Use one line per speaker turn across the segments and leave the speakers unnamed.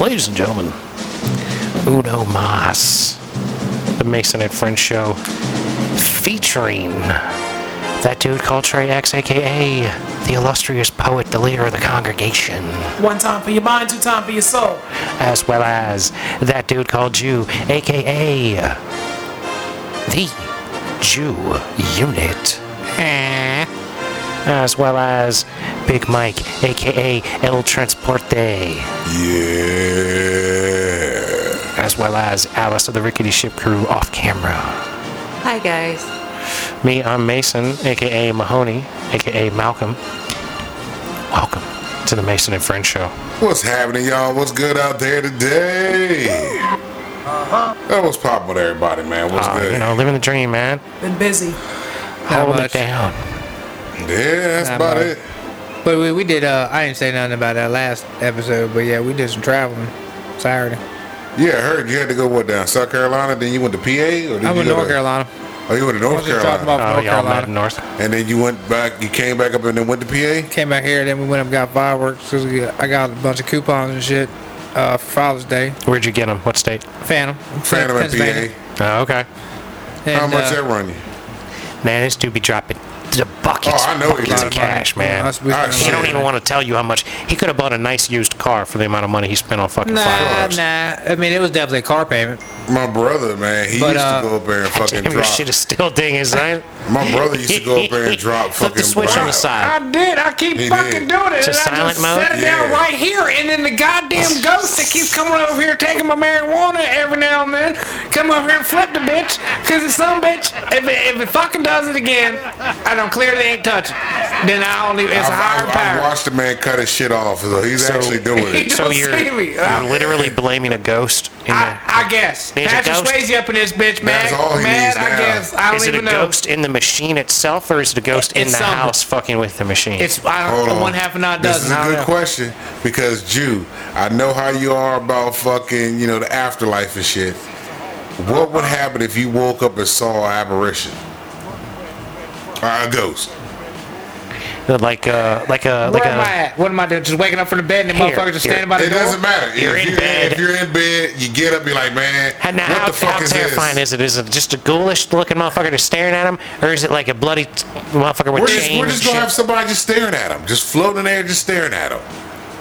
Ladies and gentlemen, Uno Mas, the Mason and Friends show, featuring that dude called Trey X, aka the illustrious poet, the leader of the congregation,
One time for your mind, two time for your soul.
as well as that dude called Jew, aka the Jew Unit, Eh. as well as Big Mike, aka El Transporte.
Yeah.
as well as Alice of the Rickety Ship Crew off camera.
Hi, guys.
Me, I'm Mason, aka Mahoney, aka Malcolm. Welcome to the Mason and Friends Show.
What's happening, y'all? What's good out there today?
Uh-huh.
That was popping with everybody, man.
Ah,
What's
Uh,
good?
you know, living the dream, man.
Been busy.
Not
Hold it
much.
down.
yeah, that's
Nah,
about
man.
it.
But we, we did. Uh, I didn't say nothing about that last episode. But yeah, we did some traveling Saturday.
Yeah, I heard you had to go what down South Carolina, then you went to PA, or did
I'm
you
in
go
North
to-
Carolina.
Oh, you went to North
was just talking
Carolina,
about-
Oh,
North
y'all
Carolina.
mad north.
and then you went back. You came back up and then went to PA.
Came back here, then we went and got fireworks. 'cause we got- I got a bunch of coupons and shit uh, for Father's Day.
Where'd you get them? What state?
Phantom.
Phantom at
Pennsylvania.
PA.
Oh, okay.
And,
How much
uh,
that run you?
Man, this dude be dropping the buckets,
Oh, I know he
buckets
lost
of
money.
cash, man.
Us- we-
All right,
He
shit.
don't even want to tell you how much. He could have bought a nice used car for the amount of money he spent on fucking
Nah,
fireworks.
nah. I mean, it was definitely a car payment.
My brother, man, he
But,
used
uh,
to go up there and fucking
Damn, your
drop.
shit is still dinging, son.
My brother used to go up there and drop
Flip
fucking
the switch on the
rock.
side.
did. I keep
He fucking did. doing
it.
To and I silent just mode? set
it down Yeah. right
here, and then the goddamn ghost that keeps coming over here taking my marijuana every now and then, come over here and flip the bitch, cause it's some bitch. If it, if it fucking does it again, I don't clearly ain't touch it. Then I don't even. It's a higher
I've, I've, I've
power.
watched the man cut his shit off, so he's
So-
actually doing it.
So
Don't
you're,
see me.
you're literally blaming a ghost. In
I,
the,
I guess.
There's a
Patrick
ghost.
Swayze up in this bitch, man.
That's all he
Mad,
needs
I
now.
guess. I don't
is it a
even know.
ghost in the machine itself, or is it a ghost in
It's
the
something.
house fucking with the machine?
It's I don't
Hold
know.
on.
One half and not
This is
dozen.
a
I don't
good
know.
question because Jew, I know how you are about fucking, you know, the afterlife and shit. What would happen if you woke up and saw an apparition or a ghost?
like a like a
Where
like
am I
a.
at? What am I doing? Just waking up from the bed and the
Here,
motherfucker just
here.
standing by the
It
door?
doesn't matter.
You're
if,
in
you're,
bed.
if you're in bed, you get up, be like, man,
And now,
what
how,
the fuck
how
is
terrifying
this?
is it? Is it just a ghoulish looking motherfucker just staring at him, or is it like a bloody t- motherfucker with
We're just,
chains?
we're just gonna
and
have
shit?
somebody just staring at him, just floating in there, just staring at him.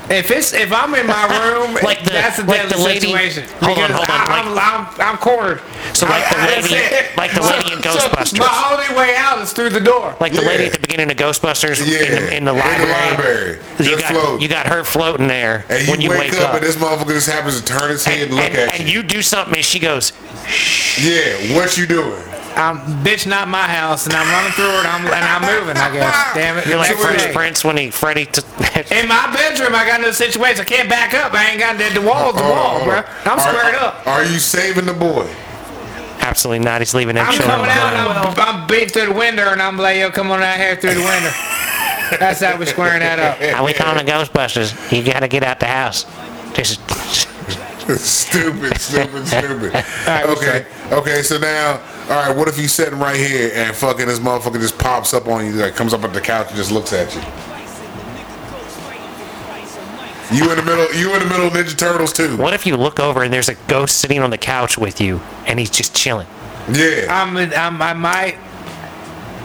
If it's if I'm in my room,
Like the-
that's a
like the
deadly
lady-
situation.
hold on,
Because
hold on,
I, I'm, I'm, I'm cornered.
So like the
I- I-
lady-
that's it.
like the lady in Ghostbusters.
my only way out is through the door.
like the lady
Yeah.
at the beginning of Ghostbusters
Yeah,
in, the, in the library.
library.
You
Just
got
floating.
you got her floating there
And you,
when you
wake, up, and this motherfucker just happens to turn his head and, look
and,
at
and
you.
you do something, and she goes,
Yeah, what you doing?
I'm
um,
bitch, not my house, and I'm running through it. I'm, and I'm moving. I guess. Damn it.
You're like
Next
Fresh
day.
Prince when he Freddy. T-
In my bedroom, I got no situation. I can't back up. I ain't got that. The wall's the
Hold on,
wall,
hold
bro.
on.
I'm
Oh, Are-
squared up.
Are you saving the boy?
Absolutely not. He's leaving that
I'm
shit
coming out.
alone.
and I'm, I'm beat through the window, and I'm like, yo, come on out here through the window. That's how we're squaring that up.
How we calling the Ghostbusters? You gotta get out the house. Just
stupid, stupid, stupid.
right, we'll
okay, okay. So now, all right. What if you sitting right here and fucking this motherfucker just pops up on you, like comes up at the couch and just looks at you? You in the middle? You in the middle of Ninja Turtles too?
what if you look over and there's a ghost sitting on the couch with you and he's just chilling?
Yeah.
I'm, I'm, I might.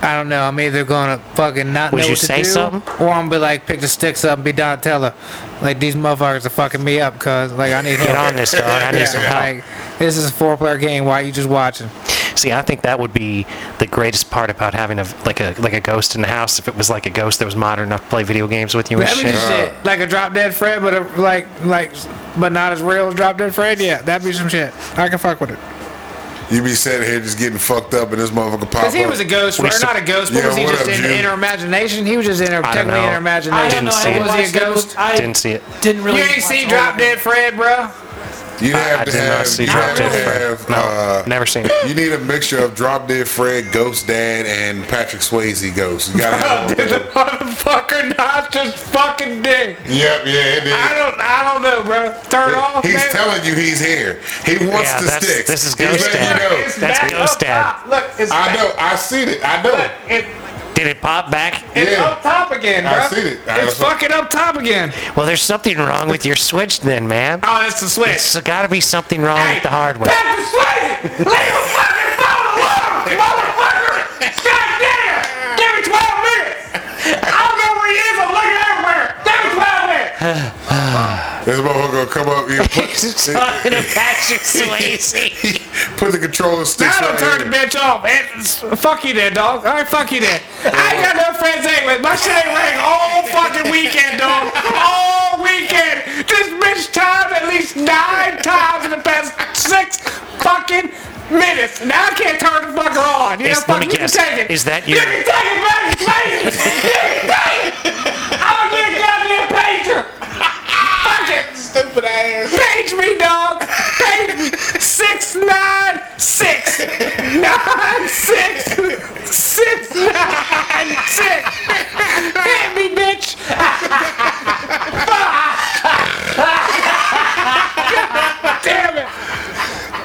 I don't know. I'm either gonna fucking not
Would
know
you
what to
say
do,
something?
or I'm gonna be like, pick the sticks up and be Donatella. Like these motherfuckers are fucking me up, cause like I need
Get
help.
on this, dog. I need some help.
Like this is a four-player game. Why you just watching?
See, I think that would be the greatest part about having a like a like a ghost in the house. If it was like a ghost that was modern enough to play video games with you and
That would be
shit.
shit. Like a drop dead Fred, but a, like, like, but not as real as drop dead Fred. Yeah, that'd be some shit. I can fuck with it.
You be sitting here just getting fucked up, and this motherfucker pop up.
Uh, Cause he was a ghost, or
We su-
not a ghost, but
Yeah,
was he
what
just
up,
in,
Jim?
in her imagination? He was just in her,
don't
technically
know.
in her
I
imagination.
don't know.
see
I
it.
didn't
Was he
watch
a ghost?
That, I
Didn't see it.
Didn't really.
You ain't
watch
seen
all
drop
of
dead Fred, bro.
You'd have
I
to
did
have.
not see
you'd
Drop
have to
Dead Fred.
have, uh,
No, never seen it.
You need a mixture of Drop Dead Fred, Ghost Dad, and Patrick Swayze Ghost. You gotta have
Did the
them.
motherfucker not just fucking dick?
Yep, yeah, it
I
did.
don't, I don't know, bro. Turn off,
He's
man.
telling you he's here. He wants
Yeah,
the
that's-
sticks.
this is
He's
Ghost
letting
Dad.
you know.
It's
That's
back
ghost
up
dad.
top. Look, it's
I
back.
know. I seen it. I know.
It,
Did it pop back?
It's
Yeah.
up top again, bro.
I seen it. I
it's
saw-
fucking up top again.
Well, there's something wrong with your switch then, man.
Oh, it's the switch.
There's got to be something wrong with the hardware.
Pepper Sweaty! Leave a fucking phone alone, motherfucker! God damn! Give me 12 minutes! I don't know where he is, I'm looking everywhere! Give me 12 minutes!
This motherfucker gonna come up and
He's
put,
talking to Patrick Swayze.
put the controller sticks
I
right
don't turn the
here.
bitch off. It's, fuck you there, dog. All right, fuck you there. I ain't got no friends anyway. My shit ain't rang all fucking weekend, dog. All weekend. This bitch timed at least nine times in the past six fucking minutes. Now I can't turn the fucker on. You know,
Is- let
fuck,
me
you
guess.
can take it.
Is that
you?
your-
can take it, baby, please. You can take it. I'm gonna get a goddamn pager. Fuck it.
Stupid ass.
Page me, dog. Page me. Six nine six nine six six nine six. Hit me, bitch. Damn it.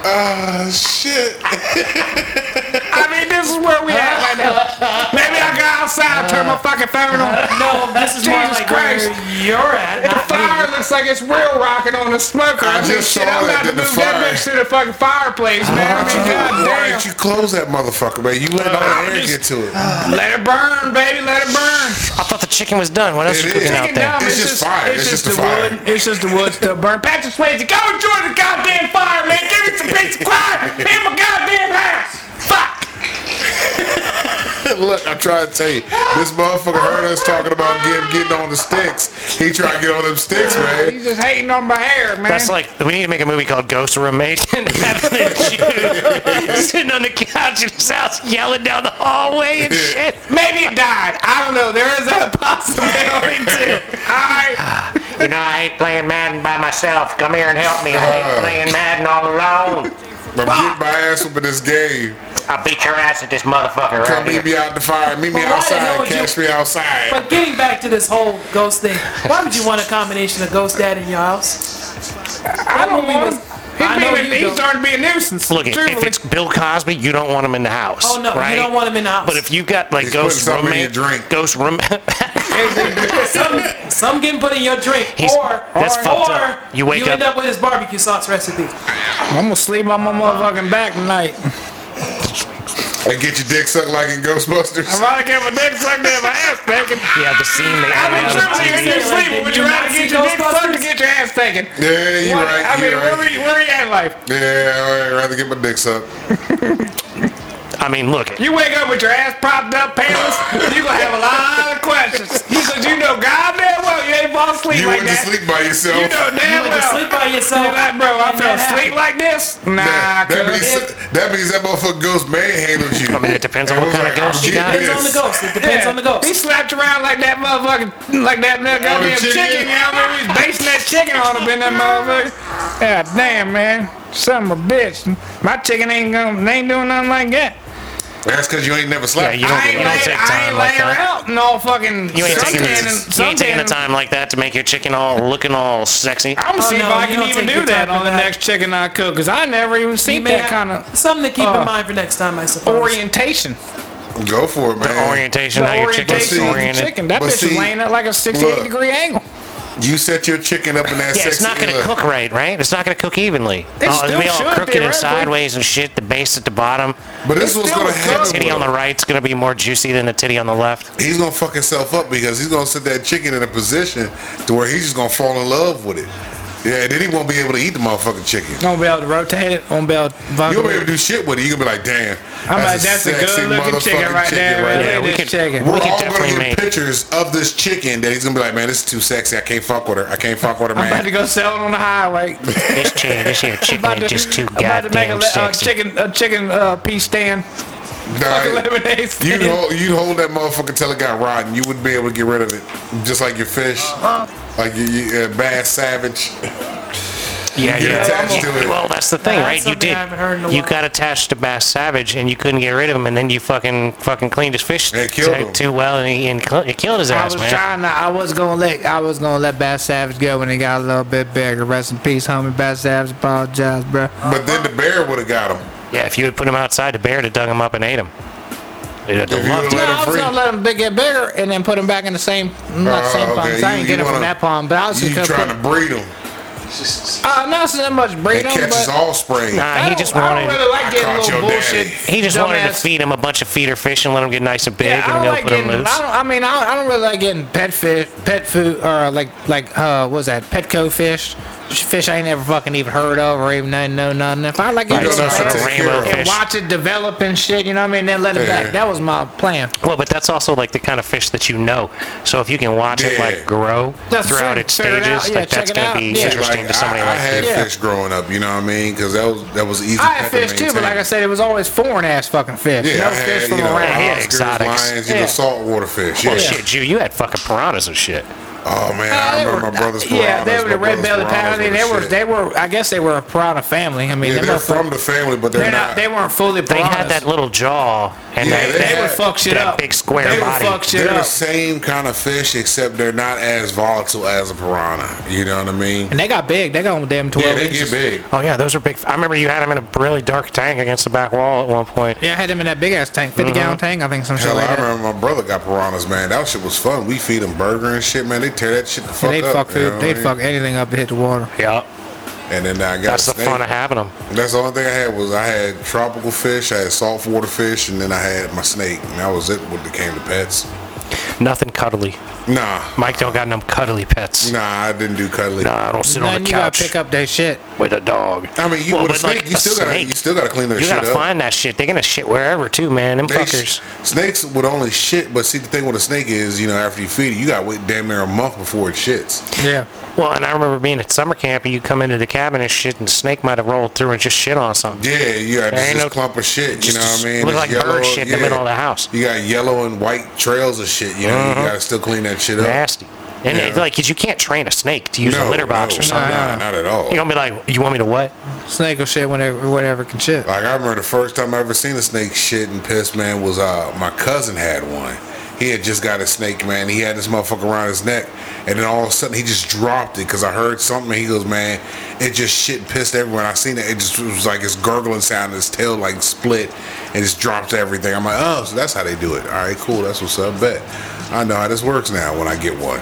Uh, shit.
I mean, this is where we at right now. Maybe I'll go outside and turn my fucking phone on.
No, this is more
Jesus
like
Christ.
where you're at.
The
not me.
fire looks like it's real rocking on the smoker. I,
I
mean,
just
shit,
saw
I'm
that,
about to
the
move that
fire.
bitch to the fucking fireplace, man. I mean,
Why
goddamn.
didn't you close that motherfucker, man? You let all the air get to it.
Let it burn, baby. Let it burn.
I thought the chicken was done. What else you
It is.
cooking out
Chicken
there?
dumb.
It's just fire. It's just the fire.
wood. It's just the wood still burn. Patrick Swayze, go enjoy the goddamn fire, man. Give me some peace and quiet in my goddamn house. Fuck.
Look, I'm trying to tell you, this motherfucker heard us talking about getting, getting on the sticks. He tried to get on them sticks, man.
He's just hating on my hair, man.
That's like we need to make a movie called Ghost Roommate and have the Jew sitting on the couch in his house yelling down the hallway and shit.
Maybe it died. I don't know. There is a possibility too. All right.
You know, I ain't playing Madden by myself. Come here and help me. I
Oh.
ain't playing Madden all alone.
I'm getting my ass up in this game.
I'll beat your ass at this motherfucker
Come
right
meet
here.
me out the fire. Meet me
Well, why the hell
outside.
would you-
Catch me outside.
But getting back to this whole ghost thing, why would you want a combination of ghost dad in your house?
I don't want him.
I know
He's,
you
being, he's
don't.
starting to be a nuisance.
Look, it, if
Truthfully.
it's Bill Cosby, you don't want him in the house.
Oh no,
right?
you don't want him in the house.
But if you got like
He's
Ghost
putting something in
Roommate,
your drink.
Ghost Roommate.
some some getting put in your drink,
He's-
or
that's
or,
fucked
or
up. You wake
end
up-
up with his barbecue sauce recipe.
I'm gonna sleep on my motherfucking back tonight.
And get your dick sucked like in
I'm
Ghostbusters.
about to get my dick sucked in my ass, bacon.
yeah, the scene they
I mean,
had on the
truly, if
TV.
you're sleeping, would you rather get your dick sucked or get your ass taken?
Yeah, you're
What-
right.
I mean,
you're
where,
right.
we, where you at in life?
Yeah, I'd rather get my dick sucked.
I mean, look,
You wake up with your ass propped up, pantless, you're going to have a lot of questions. Because you know goddamn well you ain't fall asleep
You
like
wouldn't
that.
sleep by yourself.
You know
You
damn
went to
well.
sleep by yourself.
You're like, bro, I
and
fell
that happened.
asleep like this? Nah,
That, that
cuz.
means, that means that motherfucker ghost manhandled you.
I mean, it depends on what
And was
kind of
like,
ghost you
I'm
got.
getting
Depends on the
this.
ghost. It depends on the ghost.
He slapped around like that motherfucking, like that little goddamn
chicken.
chicken. You know, maybe he's basting that chicken on up in that motherfucker. Yeah, damn, man. Son of a bitch. My chicken ain't going to ain't doing nothing like that.
That's because you ain't never
Yeah,
slept.
you don't,
I ain't
you don't
laid,
take
I
time
ain't
like
laying
that.
out no fucking
You ain't, taking,
suntan and-
you ain't taking the
suntan.
time like that to make your chicken all looking all sexy.
I'm gonna
Oh,
see if
no,
I
you
can
don't
even
take
do
the
that
time
on
for
the
that.
next chicken I cook, cause I never even
You
seen
may
that
have
kind of
something to keep
uh,
in mind for next time, I suppose.
orientation.
Go for it, man.
The orientation,
The
how your chicken's
orientation
see-
of the
oriented.
chicken. That
but
bitch is
see,
laying at like a 68
look.
degree angle.
You set your chicken up in that
Yeah,
sexy
it's not going to
look.
cook right, right? It's not going to cook evenly.
It
Oh, it'll be
still
all
should,
crooked and
theoretically.
sideways and shit. The base at the bottom.
But this
It's
is what's
still
going to
a
happen.
Titty on the
though.
right's going to be more juicy than the titty on the left.
He's going to fuck himself up because he's going to set that chicken in a position to where he's just going to fall in love with it. Yeah, and then he won't be able to eat the motherfucking chicken.
Won't be able to rotate it. Won't be able to.
You won't be able to do shit with it. You're going to be like, damn.
I'm like, that's a
sexy
good looking chicken
motherfucking
right there. Right
there.
there.
Yeah, we
This
could-
chicken.
We're
We can
all
definitely
going to
make-
get pictures of this chicken that he's going to be like, man, this is too sexy. I can't fuck with her. I can't fuck with her,
I'm about to
man.
go sell it on the highway.
This chicken, this here
I'm about
chicken
to-
is just too
I'm about to make a
goddamn
li- uh,
sexy.
chicken a chicken uh, pea stand. Fucking
Nah,
lemonade
You'd
stand.
hold, you'd hold that motherfucker till it got rotten. You wouldn't be able to get rid of it. Just like your fish.
Uh-huh.
Like your, your uh, bad savage.
Yeah,
get
yeah.
attached to it.
Well, that's the thing,
That's
right? You
something I
did.
haven't heard in a
You
while.
got attached to Bass Savage, and you couldn't get rid of him, and then you fucking fucking cleaned his fish
And it killed
too,
him.
too well, and he and cl- it killed his
I
ass,
was
man.
trying to. I was gonna let. I was gonna let Bass Savage go when he got a little bit bigger. Rest in peace, homie. Bass Savage, apologize, bro.
But then the bear would have got him.
Yeah, if you had put him outside, the bear would have dug him up and ate him. I
If
don't
you
love
don't
to.
No,
Let him
I was
free.
gonna let him big get bigger and then put him back in the same, not the same
Oh,
pond.
okay.
I
You-
ain't get
you
him from
wanna-
that pond, but I was just
You
gonna
trying to
put.
breed them.
Uh, not so much breed
It
him,
catches
but
offspring.
Nah,
I
he
don't,
just
I don't
wanted.
really like
I
getting
caught
little
your
bullshit.
daddy.
He just wanted to
dumbass-
feed him a bunch of feeder fish and let him get nice and big,
Yeah, I
and
don't
they'll
like
put him
getting. I,
loose.
don't, I mean, I don't, I don't really like getting pet fish, pet food, or like like uh, what was that Petco fish? Fish I ain't never fucking even heard of or even nothing, know nothing. If I like getting
Like
You
some
don't know how to
fish
some
take
rainbow
care of
and
fish.
watch it develop and shit, you know what I mean? Then let it
Yeah.
back. That was my plan.
Well, but that's also like the kind of fish that you know. So if you can watch it
Yeah.
like grow
That's
throughout
true.
its
Figure it out.
stages,
Yeah,
like
check
that's
it
gonna
out.
be
Yeah.
interesting
Like,
to somebody
I, I
like
had
you.
Yeah.
fish growing up, you know what I mean? Because that was that was easy.
I
pet
had
to
fish too, but
maintain.
like I said, it was always foreign ass fucking fish.
yeah,
no
I had,
fish
you
from
know,
around
Yeah,
here.
oscars,
exotics.
lions, you know,
Yeah.
saltwater fish. Yeah.
Well, shit, you you had fucking piranhas and shit.
Oh man, I
They
remember
were-
my brother's piranhas.
yeah, they were
my
the red
brother's
belly
piranhas
piranha.
were the
They were,
shit.
they were. I guess they were a piranha family. I mean,
Yeah,
they
they're
motherfuckers-
from the family, but they're,
They're not. They weren't fully
They
piranhas.
had that little jaw and
Yeah,
that,
they
that-
had-
would fuck shit
that
up.
big square
They would
body.
fuck shit
They're the
up.
same kind of fish, except they're not as volatile as a piranha. You know what I mean?
And they got big. They got damn twelve
Yeah, they
inches.
get big.
Oh yeah, those are big. I remember you had them in a really dark tank against the back wall at one point.
Yeah, I had them in that big ass tank,
Uh-huh.
50 gallon tank, I think, some shit
Hell,
like
I
that.
remember my brother got piranhas, man. That shit was fun. We feed them burger and shit, man. They tear that shit the fuck
And they'd
up.
fuck
you know
food,
what I
they'd
mean?
fuck anything up to hit the water.
Yeah,
And then I got
that's
a
the
snake.
fun of having them.
That's the only thing I had was I had tropical fish, I had saltwater fish, and then I had my snake, and that was it when it came to pets.
Nothing cuddly.
Nah,
Mike don't got no cuddly pets.
nah, I didn't do cuddly.
Nah, I don't sit on
Then
the
you gotta
couch
pick up that shit.
with a dog.
I mean, you
Well,
with a
but,
snake,
like,
you
a
still gotta
snake,
you still gotta clean that
You
shit
gotta
up.
find that shit. They're gonna shit wherever too, man. Them
They
fuckers.
sh- snakes would only shit, but see the thing with a snake is, you know, after you feed it, you gotta wait damn near a month before it shits.
Yeah.
Well, and I remember being at summer camp, and you come into the cabin and shit, and the snake might have rolled through and just shit on something.
Yeah, you got
There ain't
this
no-
clump of shit. You
just
know what I mean?
look
It's
like bird shit in the middle of the house.
You got yellow and white trails of shit. You know, you gotta still clean that shit up.
Mm-hmm. Nasty. And it,
Yeah.
like, 'cause you can't train a snake to use a litter box
no,
or something.
Nah, not at all.
You're gonna be like, you want me to what?
Snake will shit whenever, whatever can shit.
Like I remember the first time I ever seen a snake shit and piss, man, was uh my cousin had one. He had just got a snake, man. He had this motherfucker around his neck, and then all of a sudden he just dropped it because I heard something. And he goes, man, it just shit and pissed everywhere. And I seen it. It just was like this gurgling sound. His tail like split and just dropped everything. I'm like, oh, so that's how they do it. All right, cool. That's what's up. Bet I know how this works now when I get one.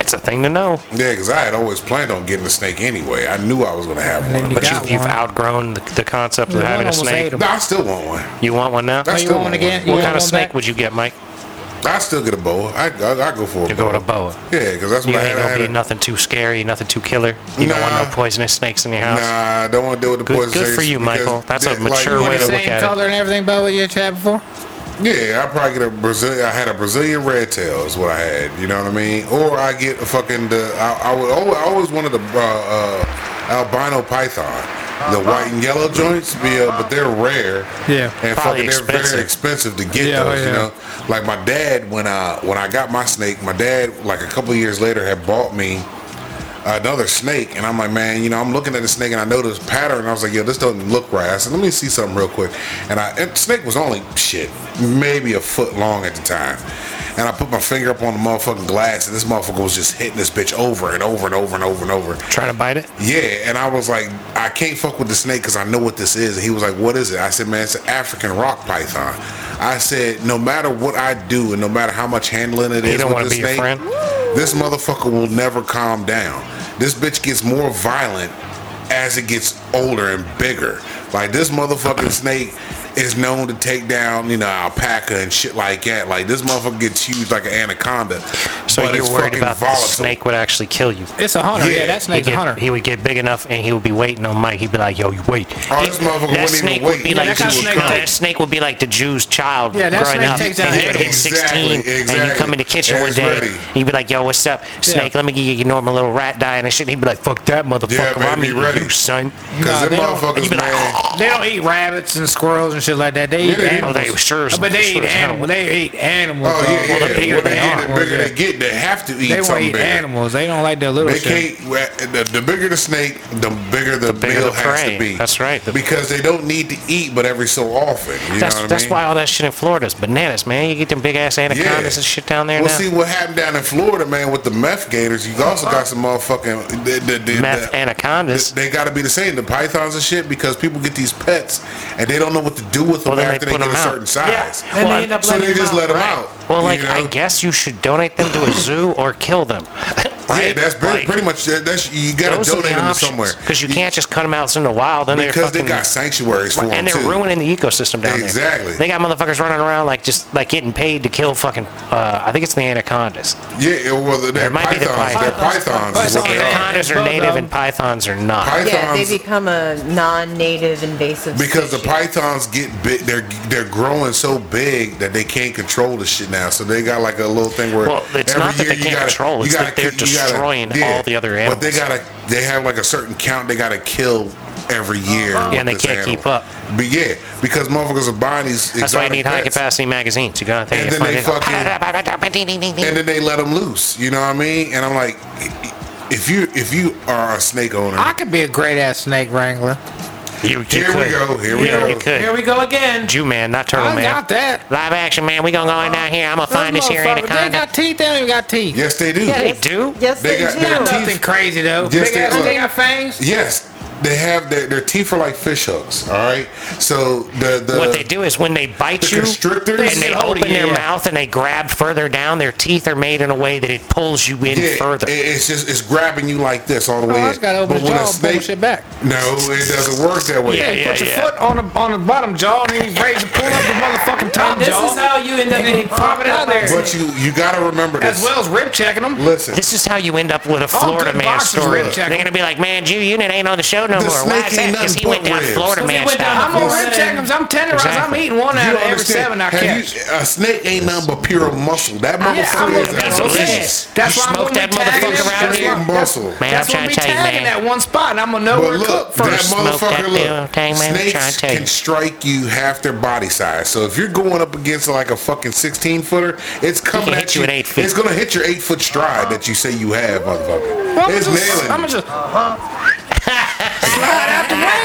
It's a thing to know.
Yeah, because I had always planned on getting a snake anyway. I knew I was gonna have one. But
you
But
got
you, you've
one.
outgrown the, the concept of
Yeah,
having
one
a
almost
snake.
ate 'em.
no, I still want one.
You want one now?
I
Oh, you
still
want
want
again?
one.
what
you
kind of
want one
snake
back?
would you get, Mike?
I still get a boa. I I, I go for a
You
boa.
go to boa.
Yeah, because that's what
You
I
ain't
had. I
gonna
had
be
a-
nothing too scary, nothing too killer. You don't want no
Nah.
poisonous snakes in your house.
Nah, I don't want to deal with the
Good-
poison.
good
snakes
for you,
because
Michael. That's a
that-
mature
The
way to look
same
at it.
color and everything, but what you had before?
Yeah, I probably get a Brazilian. I had a Brazilian red tail is what I had. You know what I mean? Or I get a fucking the. I, I, would, always, I always wanted the uh, uh, albino python. The white and yellow joints, yeah, but they're rare.
Yeah.
and
Probably
fucking they're
expensive.
very expensive to get
Yeah,
those. You
yeah.
know, like my dad when I when I got my snake, my dad like a couple years later had bought me another snake and I'm like, man, you know, I'm looking at the snake and I know this pattern. I was like, yo, this doesn't look right. I said, let me see something real quick. And I and the snake was only shit, maybe a foot long at the time. And I put my finger up on the motherfucking glass and this motherfucker was just hitting this bitch over and over and over and over and over.
Trying to bite it?
Yeah, and I was like, I can't fuck with the snake because I know what this is. And he was like, What is it? I said, Man, it's an African rock python. I said, No matter what I do and no matter how much handling it is,
You don't
with
wanna
this
be your
snake,
friend?
this motherfucker will never calm down. This bitch gets more violent as it gets older and bigger. Like this motherfucking snake is known to take down, you know, alpaca and shit like that. Like this motherfucker gets huge like an anaconda.
So
but it's
you're worried
fucking
about the
volatile.
snake would actually kill you.
It's a hunter. Yeah,
Yeah.
that
He,
snake's a hunter.
he would get big enough and he would be waiting on Mike. He'd be like, yo, you wait.
Oh, this motherfucker wouldn't even
that snake
wait.
would be
Yeah,
like
that
the-
kind of snake
that
takes-
snake would be like the Jew's child
Yeah, that
growing
snake
up.
takes out
and he'd
animals.
hit 16
Exactly,
and you come
exactly.
into the kitchen
And
one
it's
day
ready.
he'd be like, yo, what's up? Snake, let me give you your normal little rat diet and shit. And he'd be like, fuck that motherfucker.
man,
I'm
be
eating
ready.
you, son.
Nah,
Because
they
them
don't-
you
motherfuckers,
be like,
man.
They don't eat rabbits and squirrels and shit like that. They eat
Yeah, they-
animals.
oh, they sure as-
But they
sure
eat
as hell.
animals. They eat animals.
Oh
bro.
yeah, yeah.
Well, the bigger
Well,
they
yeah,
are,
the bigger
yeah.
they get, they have to eat
They want to
something
eat
bigger.
animals. They don't like their little
They
shit.
can't. well, The, the bigger the snake, the bigger the,
bigger the
meal has
prey.
to be.
That's right. The-
because they don't need to eat, but every so often, you
That's,
know what
that's
I mean?
why all that shit in Florida is bananas, man. You get them big ass anacondas and shit down there
Well,
now.
see what happened down in Florida, man, with the meth gators. You also got some motherfucking the, the, the,
Meth
the-
anacondas.
They got to be the same. The pythons and shit because people get these pets and they don't know what to do with
Well,
them
then they
after they
put
get a
'em out.
certain size.
And
Well,
they end up
So
letting
they
them
just
out.
let them
Right.
out.
Well,
you
like I
know?
guess you should donate them to a zoo or kill them.
Yeah,
right?
that's pretty,
Like,
pretty much that's you got to donate them somewhere
because you can't just cut them out in the wild. Then
because
they're
they
fucking,
got sanctuaries for them
and they're
too.
ruining the ecosystem down
Exactly.
there. They got motherfuckers running around like just like getting paid to kill fucking. Uh, I think it's the anacondas.
Yeah, well, they're,
There might be
pythons.
the
they're pythons. Is what they are.
Anacondas are native and pythons are not.
Yeah, they
Pythons
become a non-native invasive
because the
species.
pythons get big. They're they're growing so big that they can't control the shit now. So they got like a little thing where
Well, it's
every
not that
year
they
you
can't
gotta,
control,
you
it's
gotta
that they're
ki- you gotta-
destroying all the other
But they
animals.
gotta they have like a certain count they gotta kill every year.
Yeah, and
with
they
this
can't keep
animal.
up.
But yeah, because motherfuckers are buying these.
That's why you need high
exotic pets.
capacity magazines. You gotta think.
And then they and then they let them loose. You know what I mean? And I'm like, if you if you are a snake owner,
I could be a great ass snake wrangler.
You, you
here we
could.
go, here we
Yeah,
go.
You
Here
could.
we go again.
Jew man, not turtle
I
man.
got that.
Live action man, we gonna go in down here. I'm gonna find this here
Motherfucker, They
anaconda.
got teeth. They don't even got teeth.
yes, they do.
They do.
yes,
They
they,
got-
do.
they're teeth-
Nothing crazy though.
Yes,
Big
they-
ass,
look.
they got fangs.
Yes, they have their, their teeth are like fish hooks. All right, so the the
what they do is when they bite
the
you
constrictors-
and they
They hold it,
open their
yeah.
mouth and they grab further down, their teeth are made in a way that it pulls you in
yeah,
further.
it- it's just it's grabbing you like this all the way.
Oh, I
in.
just gotta open
But
the
when
jaw
a
and pull the shit back.
No, it doesn't work that way.
Yeah, yeah,
Put your
yeah.
foot on the on the bottom jaw and then you raise and pull up the motherfucking top
This
jaw.
is how you end up
and then
getting
you pop it out there.
But you you gotta remember this.
As well as rib checking them.
Listen,
This is how you end up with a
All
Florida
good
man
boxers
story.
rib
They're
check 'em.
gonna be like, "Man, Jew, you ain't on the show no
The
more. Why
snake
is that?
ain't
Because
nothing
he went
but
down
ribs.
Florida
Because he
man
went down-
style.
I'm on rib
Listen.
check 'em, I'm tenderized. I'm
Exactly.
eating one
you
out
don't
of every
understand.
seven I
Have
catch.
you- a snake ain't nothing but pure muscle. That
Yeah,
motherfucker
I'm
is
a- that's
delicious.
delicious. That's
You
why I'm
smoke
gonna
that
be tagging
motherfucker
it.
around
That's
here?
why-
Muscle.
Man,
That's
I'm
why
trying
we
to tell you,
tagging
man.
that one spot, and I'm gonna know
But
where to
look,
cook
that
first.
Smoke that
motherfucker, look,
damn thing, man. I'm trying
snakes
to tell you.
can strike you half their body size. So if you're going up against like a fucking 16 footer, it's coming
can
at
hit
you.
you at eight feet.
It's going to hit your eight foot stride that you say you have, motherfucker. it's nailing.
I'm
you.
gonna just slide out the way,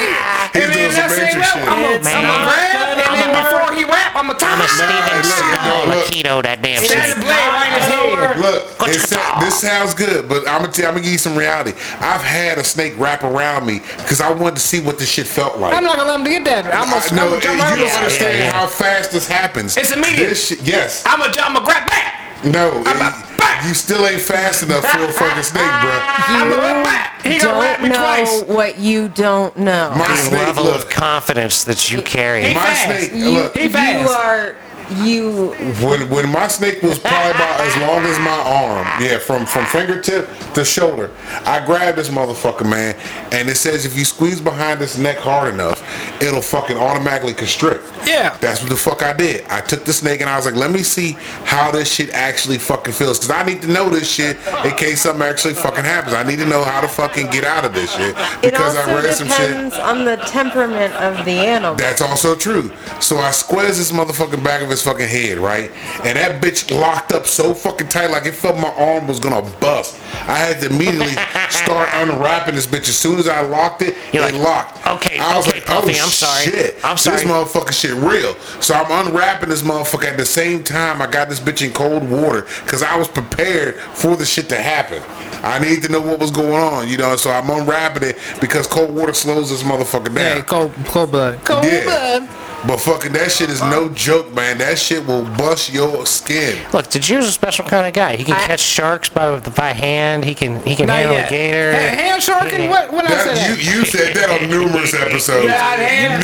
He's
and
doing
then
some
that's it.
major shit.
I'm
Yeah,
gonna
man.
grab, and then before he wrap, I'm gonna
I'm a
tie
Steven
look,
Seagal
look.
Aikido that damn
that
shit.
blade right in his head.
Look, it sa- this sounds good, but I'm gonna tell, I'm gonna give you some reality. I've had a snake wrap around me because I wanted to see what this shit felt like.
I'm not gonna let him get that.
I-
I'm gonna,
no,
I'm gonna
you
jump
don't
out of
yeah,
there.
understand
yeah.
how fast this happens.
It's immediate.
This shit, yes.
I'm gonna, I'm gonna grab that.
No,
I'm a
it- you still ain't fast enough for a fucking snake, bruh.
I'm gonna grab that. He gonna wrap
don't
me
know
twice.
what you don't know.
My
The
snake,
level of
look,
confidence that you carry.
Hey,
my
fast.
snake,
you,
look.
He fast.
you are you
When when my snake was probably about as long as my arm, yeah, from from fingertip to shoulder, I grabbed this motherfucker, man, and it says if you squeeze behind this neck hard enough, it'll fucking automatically constrict.
Yeah.
That's what the fuck I did. I took the snake and I was like, let me see how this shit actually fucking feels, cause I need to know this shit in case something actually fucking happens. I need to know how to fucking get out of this shit
it
because I
also
read some shit.
depends on the temperament of the animal.
That's also true. So I squares this motherfucking back of his fucking head, right? And that bitch locked up so fucking tight, like it felt my arm was gonna bust. I had to immediately start unwrapping this bitch. As soon as I locked it,
You're
it
like,
locked.
okay,
I was
okay,
like,
Puffy,
oh
I'm sorry.
shit,
I'm sorry.
This motherfucking shit real. So I'm unwrapping this motherfucker. At the same time, I got this bitch in cold water because I was prepared for the shit to happen. I need to know what was going on, you know. So I'm unwrapping it because cold water slows this motherfucker down.
Hey, cold, cold blood. Cold
Yeah. But fucking that shit is
Uh.
no joke, man. That shit will bust your skin.
Look, the Jew's a special kind of guy. He can catch sharks by by hand. He can he can
Not
handle
yet.
a gator.
Hey, hand sharking?
Yeah.
What? What I said?
That, you, you said that on numerous episodes.
Yeah, I have.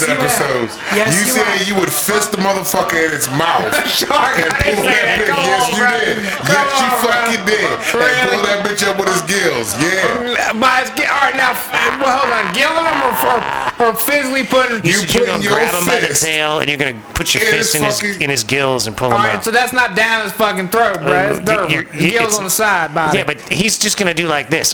Yes, you have.
episodes.
Yes,
you
you
said
have.
you would fist the motherfucker in its mouth.
Shark.
And
I
pull
didn't say
that
that.
bitch.
Come
Yes,
on,
you
bro.
did.
Come
Yes, you
on, bro.
fucking did. And pull
Really?
that bitch up with his gills. Yeah.
By his, all right, now, f- well, hold on. Gilling him or, or, or physically putting.
You
You're
put
gonna
in your
grab him by the
fist.
tail and you're gonna put your
in his
fist in his
fucking-
in his gills and pull him
all right,
out.
so that's not down his fucking throat, bro. It's
Uh,
dermal.
you're- you-
Gills
it's-
on the side, body.
yeah, but he's just gonna do like this,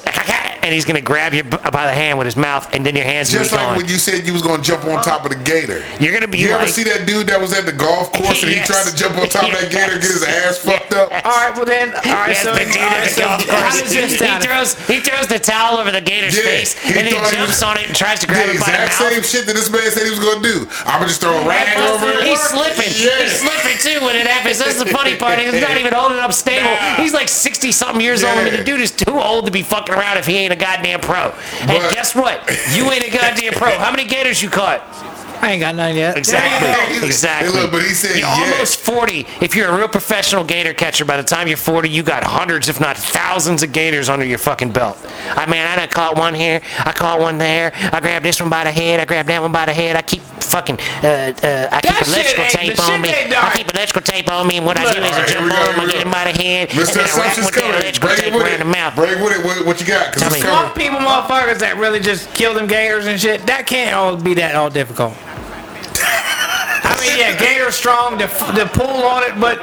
and he's gonna grab you b- by the hand with his mouth, and then your hands gonna
Just
be
like
gone.
when you said you was gonna jump on top of the gator.
You're gonna be
You ever
like,
see that dude that was at the golf course and
Yes.
he tried to jump on top of that gator and get his ass fucked up?
all right, well then, all right,
Yes,
so, all
the gator
right,
at the
so
golf
how
course.
does this
He
sound?
throws, he throws the towel over the gator's
Yeah,
face,
he
and then
thought he
jumps
was-
on it and tries to grab
The
it by the
exact
mouth.
same shit that this man said he was gonna do. I'm gonna just throw a rag over it.
He's slipping.
Yeah.
He's slipping too when it happens. That's the funny part. He's not even holding up stable.
Nah.
He's like 60 something years old. I mean,
Yeah.
the dude is too old to be fucking around if he ain't a goddamn pro.
But-
and guess what? You ain't a goddamn pro. How many gators you caught?
I ain't got none yet.
Exactly.
Hey, look,
Exactly.
but he said
You're
yeah.
almost 40. If you're a real professional gator catcher, by the time you're 40, you got hundreds, if not thousands, of gators under your fucking belt. I mean, I done caught one here, I caught one there, I grabbed this one by the head, I grabbed that one by the head. I keep fucking, uh, uh, I
That
keep
shit
electrical
ain't-
tape
the
on
shit
me.
ain't
I
dark.
keep electrical tape on me, and what I do is
All
I jump
right, here we go,
on
here
him, I
we
get
go.
him by the head, and
Mr.
then I whack him
Assumption's
with that
coming.
electrical
Break
tape
with
around the
it.
mouth.
Break with it. What, what you got?
Tell
Because
me.
it's coming.
Swamp people, motherfuckers that really just kill them gators and shit. That can't all be that all difficult. I mean, yeah, gator strong to, to pull on it, but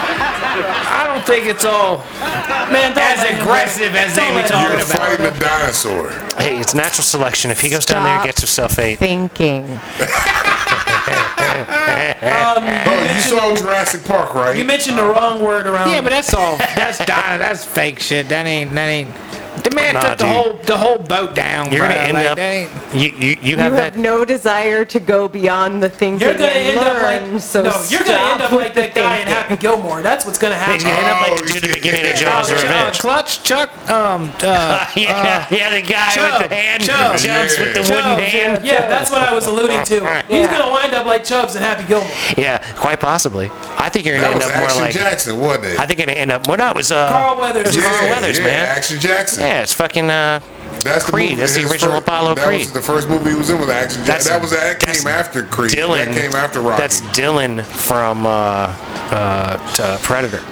I don't think it's all
Man, don't
as
let him
aggressive as they be
You're
talking about.
fighting a dinosaur.
Hey, it's natural selection. If he goes down there and
Stop.
gets himself eight,
Thinking.
Oh, you saw Jurassic Park,
Um, You
right?
mentioned the wrong word around.
Yeah, but that's all. That's dying. That's fake shit. That ain't. That ain't. The man
Nah,
took the
dude.
whole the whole boat down.
you're
bruh.
going to end
Like,
up.
that ain't-
You, you, you
You
have that.
have no desire to go beyond the things
You're
that
gonna
you
end up
learn,
like
so
no. You're gonna end up like that guy in Happy Gilmore. That's what's gonna
He's gonna
happen.
end up like the dude
Oh,
at the
yeah.
beginning of
Uh,
Jaws of Revenge.
Clutch Chuck. Um. Uh,
yeah, yeah, the guy with
Chubb,
the hand
Chubb,
jumps with the
Chubb,
wooden hand. Yeah.
Yeah, that's what I was alluding to. He's
Yeah.
gonna wind up like Chubbs in Happy Gilmore.
quite possibly. I think you're
That
gonna end
was
up more
Action
like.
Jackson, wasn't it?
I think you're gonna end up. Well, no, it was uh,
Carl Weathers.
It was Carl
yeah,
Weathers,
yeah,
man.
Action Jackson.
Yeah, it's fucking uh,
That's the
Creed.
Movie.
That's the
His
original
first-
Apollo
that
Creed.
Was the first movie he was in with Action
That's-
Jackson. That was that
that's
came after Creed.
Dylan.
That came after Rocky.
That's Dylan from uh, uh, t- uh, Predator.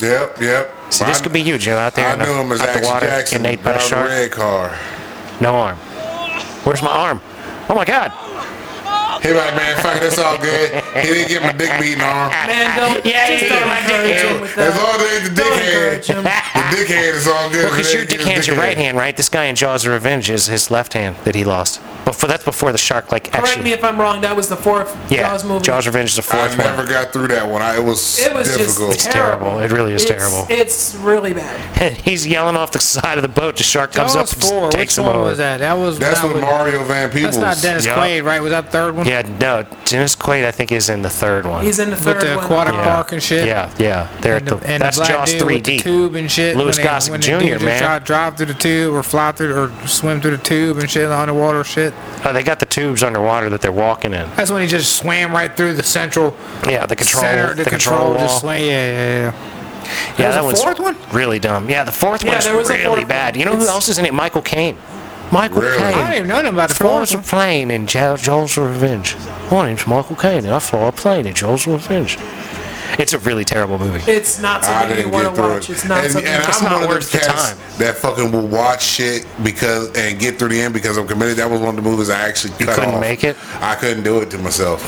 yep, yep.
So this
I-
could be you, Jim, out there
I
in the,
knew him as
out
Action
the water,
Jackson.
getting ate by a
driving
shark,
Red car.
no arm. Where's my arm? Oh my God!
He like, man, fuck, that's all good. He didn't get my dick beaten on.
Man, don't
Yeah,
just
yeah,
don't
yeah,
encourage
yeah.
him with that.
As long as it's the
Don't encourage
dickhead,
him.
the dickhead is all good.
Well, because your
It is
dickhand's your
dickhead.
right hand, right? This guy in Jaws of Revenge is his left hand that he lost. Before that's before the shark like
Correct me
actually.
if I'm wrong. That was the fourth
Yeah,
Jaws movie.
Jaws Revenge is the
I
fourth one.
never got through that one. I, it was
It was
difficult.
just
It's terrible.
terrible.
It really is
It's-
terrible.
It's really bad.
And he's yelling off the side of the boat. The shark comes up
Jaws
and
four.
takes
Which
him
one
over.
was that? That was.
That's
that
with
was-
Mario Van Peebles.
That's not Dennis
Yeah.
Quaid, right? Was that the third one?
Yeah, no, Dennis Quaid I think is in the third one.
He's in the third
With the
one.
aquatic
yeah.
park and shit.
Yeah, yeah. They're
And
at the,
the, and
that's
the black
Jaws
dude with the
3D.
tube and shit.
Lewis
when they-
Gossett
when the
Jr.,
dude just
man.
Try, to drive through the tube or fly through or swim through the tube and shit, the underwater shit.
Oh, they got the tubes underwater that they're walking in.
That's when he just swam right through the central
Yeah, the control,
center, the, control,
wall.
just swam. Yeah, yeah, yeah.
yeah,
was
that
a
one's
fourth one?
really dumb. Yeah, the fourth
Yeah,
one's
there was a
really
fourth one.
bad. You know who
It's-
else is in it? Michael Caine. Michael
Really?
Caine.
I
I didn't even know nothing about the
Flies
fourth
a
one.
plane in jo- Jaws of Revenge. My name's Michael Caine, and I fly a plane in Jaws of Revenge. It's a really terrible movie.
It's not
I
something you
didn't
want
get
to
through
watch.
it.
It's not
and,
something.
and
It's
I'm
not
one of
worth
those
the
cats
time.
that fucking will watch shit because and get through the end because I'm committed. That was one of the movies I actually
You
cut
couldn't
off.
make it?
I couldn't do it to myself.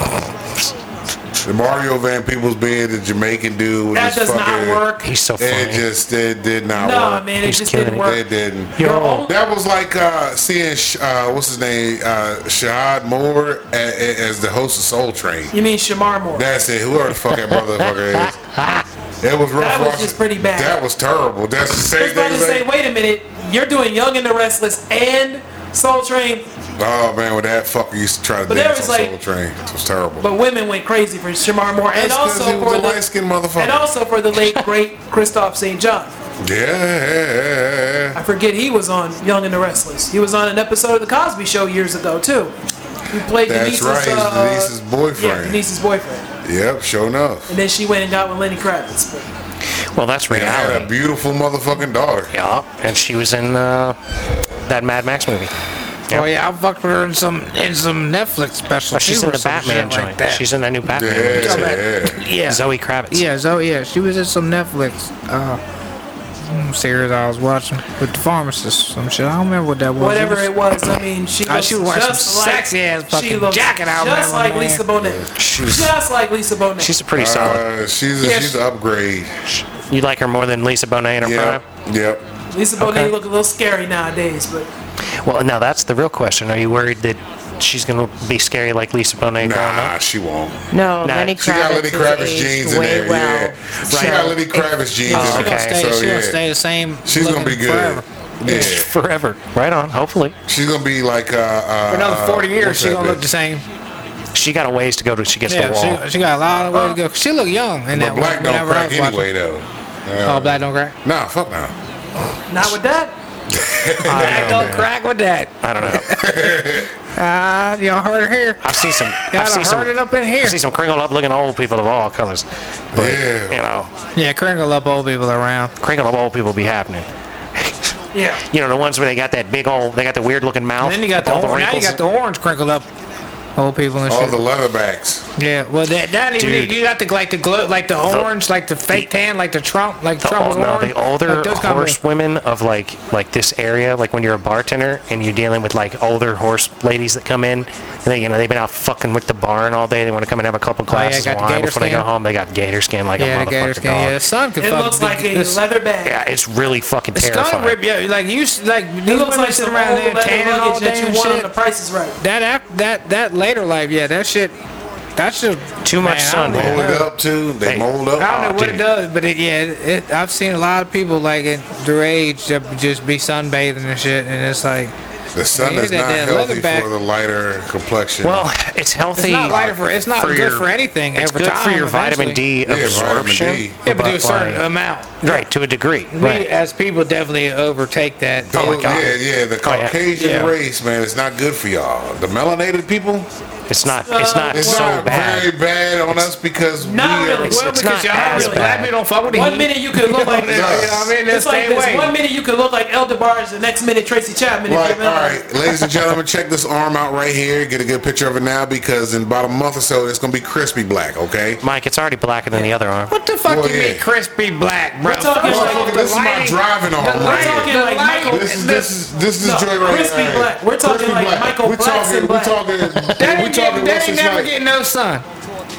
The Mario Van Peebles being the Jamaican dude with
That
his
does not
fucking
work.
He's so funny.
It just it did not
No,
work.
man, it
He's
just
killing
didn't
it.
work.
It didn't.
Yo.
Your own-
That was like uh, seeing Sh- uh, what's his name uh, Shahad Moore a- a- as the host of Soul Train.
You mean Shamar Moore?
That's it. Whoever the fuck that motherfucker is. It was rough.
That was
watching-
just pretty bad.
That was terrible. That's the
I
same
was about
thing.
to
as
say,
Like,
wait a minute. You're doing Young and the Restless and Soul Train,
oh man, when that fucker used to try to
But there
dance on
was, like-
Soul Train, it was terrible.
but women went crazy for Shamar Moore and
That's 'cause
also
he was
for
a
the
light skinned motherfucker.
and also for the late great Christoph St. John.
yeah, yeah, yeah, yeah.
I forget he was on Young and the Restless. He was on an episode of The Cosby Show years ago too. He played
That's
Denise's,
right, he's
uh,
Denise's
Yeah,
boyfriend.
Denise's boyfriend.
Yep, sure enough.
And then she went and got with Lenny Kravitz. But
Well, that's
And I had a
reality.
beautiful motherfucking daughter.
Yeah, and she was in uh, that Mad Max movie. Uh, Yeah.
Oh yeah, I fucked with her in some in some Netflix special.
Oh, she's
too,
in
or
the
some
Batman
shit
joint.
like that.
she's in that new
Yeah,
Batman movie. too.
yeah.
yeah.
Zoe Kravitz.
Yeah, so yeah, she was in some Netflix uh, mm, series I was watching with the pharmacist, some shit. I don't remember what that was.
whatever
was,
it was, I mean, she
I
looks
should wear some
just like
sexy ass
she
fucking
looks
jacket out
just
there,
like
man.
Lisa Bonet.
She was-
just like Lisa Bonet.
She's a pretty solid.
Uh, she's a,
Yes.
she's an upgrade.
You like her more than Lisa Bonet in her
Yep,
prime?
yep.
Lisa Bonet
Okay.
look a little scary nowadays, but
Well, now that's the real question. Are you worried that she's going to be scary like Lisa Bonet
Uh-huh.
growing up?
Nah, she won't.
No,
Nah,
Lenny Kravitz,
She got Lenny
is
Kravitz
aged
jeans in
way
there.
Well.
Yeah, she got Lenny Kravitz jeans
Oh,
She
in
gonna
okay.
there.
stay, she gonna
So yeah,
stay the same.
she's gonna be
looking
good.
Forever.
Yeah.
Forever. Right on, hopefully.
She's gonna be like uh, uh
For another 40 years,
what's
she's
that
gonna look the
bitch?
same.
She got a ways to go till she gets the wall.
Yeah, she, she got a lot of way to go. She look young. And
But
that
black
one,
don't
whenever I
crack
was watching-
anyway though.
Oh, black don't crack.
Nah, fuck no.
not with that.
Black don't crack with that.
I don't know.
Ah, y'all heard it here.
I've seen some.
Y'all
I've seen
done
some.
heard it up in here.
I've seen some crinkled up looking old people of all colors. But,
Yeah.
you know,
Yeah, cringle up old people around.
crinkled up old people be happening.
Yeah.
You know, the ones where they got that big old, they got the weird looking mouth.
And then you got
with
the,
all
or- now you
wrinkles.
got the orange crinkled up old people and
All
shit.
the leatherbacks.
yeah, well that that even
Dude.
you got the like the glow, like the orange, like the fake tan, like the Trump, like
the,
Trump was
old, no,
orange.
the older
like those kind of-
horsewomen of like like this area, like when you're a bartender and you're dealing with like older horse ladies that come in, and they you know they've been out fucking with the barn all day. They want to come and have a couple
Oh, yeah,
glasses
got
of
the
wine
gator
before they go
skin.
home. They got gator skin like
Yeah,
a
the
motherfucker
gator skin.
dog.
Yeah, the sun could
It
fuck.
looks like a
this-
leather bag.
Yeah, it's really fucking
It's
terrifying.
gonna rip you. Like you, s- like
It
these
looks
women
like
sit
some
around
old
there
leather
tanning all
luggage
day
that you
and
want on the
shit.
Price is Right.
That app, that that later life, yeah, that shit. That's just
Too much
man, I
sun,
don't
man.
Mold
know.
it up too. They
Hey.
mold
I don't know
up.
what it
dude.
does, but it, yeah, it, it, I've seen a lot of people like at their age that would just be sunbathing and shit, and it's like
The sun
Yeah,
is
that
not
damn
healthy
leatherback.
for the lighter complexion.
Well, it's healthy.
it's not lighter for it's not
for
good
your-
for anything.
It's
over
good
time,
for your vitamin
eventually.
D
Yeah,
absorption.
vitamin D.
Yeah, but to a certain um, uh,
like-
amount.
right to a degree.
We
Right. Oh
as people definitely overtake that.
Those-
my God.
Yeah, yeah. The
yeah.
Caucasian
Yeah.
race, man, it's not good for y'all. The melanated people,
It's not. It's
uh,
not
it's
so
not
bad.
very bad on us because we
Not
are.
really.
It's-
well,
it's not
because y'all
as
really
bad.
glad we don't fuck with the
One
heat.
minute you could look like
You know what I mean? That's
It's like
the
this.
way.
One minute you could look like Elder Barge, the next minute Tracy Chapman. if
Like,
you're
all right, ladies and gentlemen, check this arm out right here. Get a good picture of it now because in about a month or so, it's gonna be crispy black. Okay.
Mike, it's already blacker than the other arm.
What the fuck
Well,
you
yeah.
mean crispy black, bro?
We're talking
First of
like-
all,
This is
the
my
lighting-
driving
the
arm right
lighting-
here. We're
the
talking like
lighting-
This, this is this is
No,
Dre right
crispy
here.
black. We're talking like Michael
we're
Blackson
talking,
black.
We're talking.
That
we're talking
ain't, getting, that
Wesley
ain't never
Snipes.
getting no sun.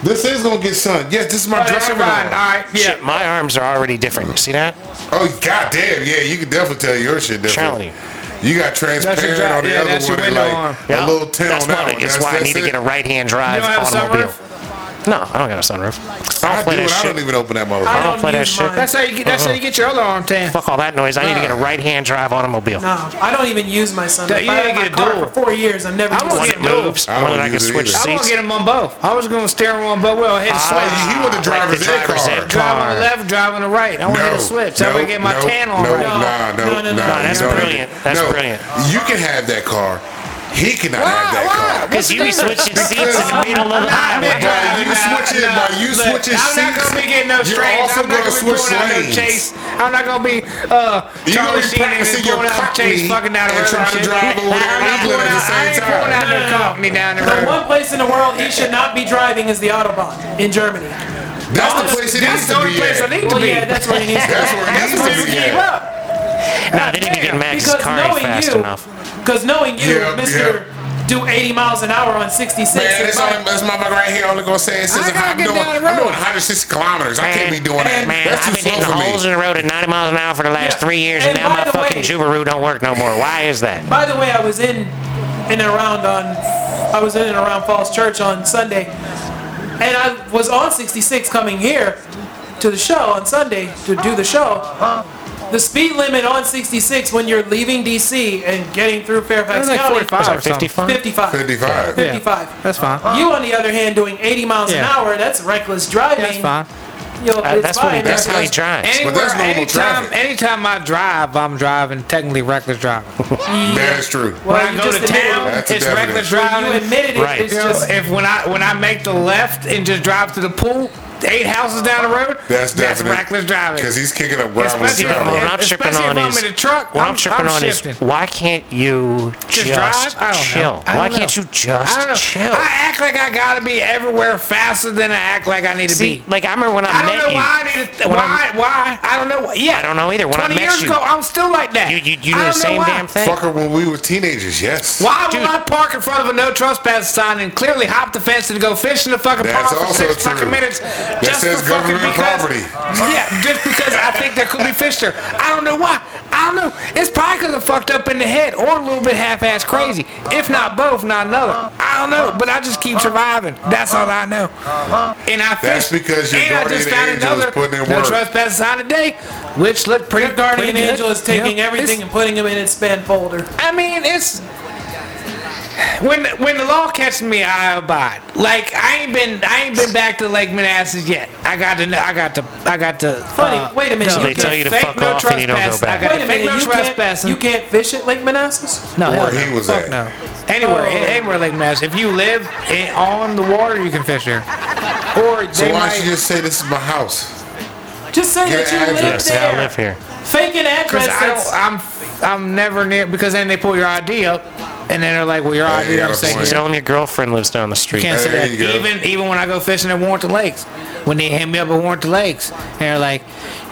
This is gonna get sun. Yes, this is my
Oh, that's
driving
fine.
arm.
All right,
Shit,
yeah.
my arms are already different. See that?
Oh goddamn! Yeah, you can definitely tell your shit different.
Telling
You got transparent
dri-
on the
yeah,
other
that's your
one, and
window
like
arm.
Yeah,
a little ten
that's
on that
why-
one.
That's,
That's,
why I
that's
need to
it.
get a right-hand drive
You don't have a
automobile.
sunroof?
No, I don't got a sunroof. I don't
I do,
play
and
that
I
shit.
don't even open that
I
I
motherfucker.
don't
don't
play that
use
shit.
mine.
That's how you get. That's how you get your other arm tan.
Fuck all that noise. I need to get a right-hand drive automobile.
No, I don't even use my son.
That-
If
you
I
gotta
had my
get a
car
dual.
for four years. I'm never.
I won't
using
One
get
that
it.
moved.
moves,
I
one that
don't
I can
use it
switch
either.
I'm gonna
seats.
get them on both. I was gonna steer them on both. Well, hit switch.
Ah, you want the
like
driver's
the
ed
driver's ed
car.
drive on the
car.
left, drive on the right. I want to hit a switch. That way I get my
no,
tan on
no,
right.
Nah, no,
No, no, no,
nah,
no,
you
that's
don't need
brilliant.
it.
That's
no,
brilliant.
You can have that car. He cannot have that car.
Because you be switching seats in the middle of the highway.
By you switching, by you switching
I'm not gonna be
seats,
getting no
you're
strays.
also
I'm
gonna
not gonna be
switch
pulling out no
lanes.
chase. I'm not gonna be uh
You're gonna
Charlie
be
Sheen and
practicing your
pulling out a chase
cockney
fucking down the
and
road.
trying to
shit.
drive over there
I ain't
and
pulling
at the
out- I
same
ain't
time.
No,
pulling out
no,
no
no.
company down the
The
road.
one place in the world he should not be driving is the autobahn in Germany.
That's the place it needs
That's the
to be
only place I
at.
need to
Well,
be.
yeah, that's where he needs to
That's
be.
where it
That's where
needs to
you
be
keep
at.
up.
Nah, they didn't get Max's
Because
car ain't
knowing
fast
you,
enough.
because knowing you,
Yeah,
Mister, do 80 miles an hour on 66.
Man,
is
that's,
fine.
all, that's my bike right here. Only gonna say it's
I
just,
gotta
I'm,
get
doing,
down the
I'm doing
road.
160 kilometers. I can't be doing that.
Man,
that's
I've
too
been hitting
slow for
holes
me.
in the road at 90 miles an hour for the last
Yeah.
three years, and,
And
now
by
my
the
fucking
way-
Subaru don't work no more. Why is that?
By the way, I was in and around on, I was in and around Falls Church on Sunday, and I was on 66 coming here to the show on Sunday to do the show. The speed limit on 66 when you're leaving DC and getting through Fairfax
That's like
County,
45 or
Sorry,
something.
55?
55.
55.
Yeah.
55.
That's fine.
You, on the other hand, doing 80 miles an
Yeah.
hour, that's reckless driving.
That's fine.
You know,
Uh,
it's
that's
fine.
what he, that's how he
because-
drives.
Anywhere,
But that's normal
anytime,
traffic.
anytime I drive, I'm driving technically reckless driving.
That's true.
Well,
when I
you
go
just
to
admitted
town,
it.
That's a
it's
definite.
reckless
You
driving.
admitted it.
Right.
It's
You know,
just,
if when I when I make the left and just drive to the pool, eight houses down the road,
That's definitely
reckless driving.
Because he's kicking up gravel.
Especially,
Yeah,
if,
but what
ground.
I'm tripping
especially
on
if I'm
is-
in a truck,
What I'm,
I'm,
tripping on
shifting.
is why can't you just,
just, drive? I don't
chill?
know. I don't
Why can't
know.
you just
I don't know.
chill?
I act like I gotta be everywhere faster than I act like I need to
See,
be.
like I remember when I,
I don't
met
know
you.
why I need to.
When
Why? Why? I don't know. Yeah.
I don't know either. When I
20
met
years
you-
ago, I'm still like that.
You, you, you do the
I don't know
same
why.
damn thing.
Fucker, when we were teenagers, yes.
Why
Dude.
would I park in front of a no trespass sign and clearly hop the fence and go fish in the fucking
That's
park for
also
six
true.
fucking minutes
That
just
says
for fucking
government
because,
property.
Yeah, just because I think there could be fish there. I don't know why. I don't know. It's probably because I'm fucked up in the head or a little bit half-ass crazy. If not both, not another. I don't know, but I just keep surviving. That's all I know. And I
That's
fished.
because your
and I
guardian
just found
angel is
another
putting in
no
work.
trespass sign today, which looked pretty.
your guardian
pretty good.
angel is taking
Yeah, it's-
everything and putting them in its spam folder.
I mean, it's when when the law catches me, I abide. Like I ain't been I ain't been back to Lake Manassas yet. I got to know- I got to I got to. uh,
Funny. wait a minute.
So
you
they
can-
tell you to
fake
fuck
no
off and you don't go
trespass. I
back.
got-
Wait a minute,
Fake no
you can't,
trespassing.
you can't fish at Lake Manassas?
no,
Where
hell
he
no.
was
Fuck
at.
No.
Oh.
Anywhere, in- anywhere Lake Mass. If you live in, on the water, you can fish there. Or they
So why
might.
don't you just say this is my house?
Just say
Get
that you
an
live
address.
Say
there.
I live here.
Fake an address.
Because I don't,
that's-
I'm, I'm never near. Because then they pull your ID up, and then they're like, "Well, your
Yeah,
ID
you got
don't
a
say
point.
here."
Tell them your girlfriend lives down the street.
Can't say
There
that.
you go.
Even even when I go fishing at Warrington Lakes, when they hit me up at Warrington Lakes, and they're like,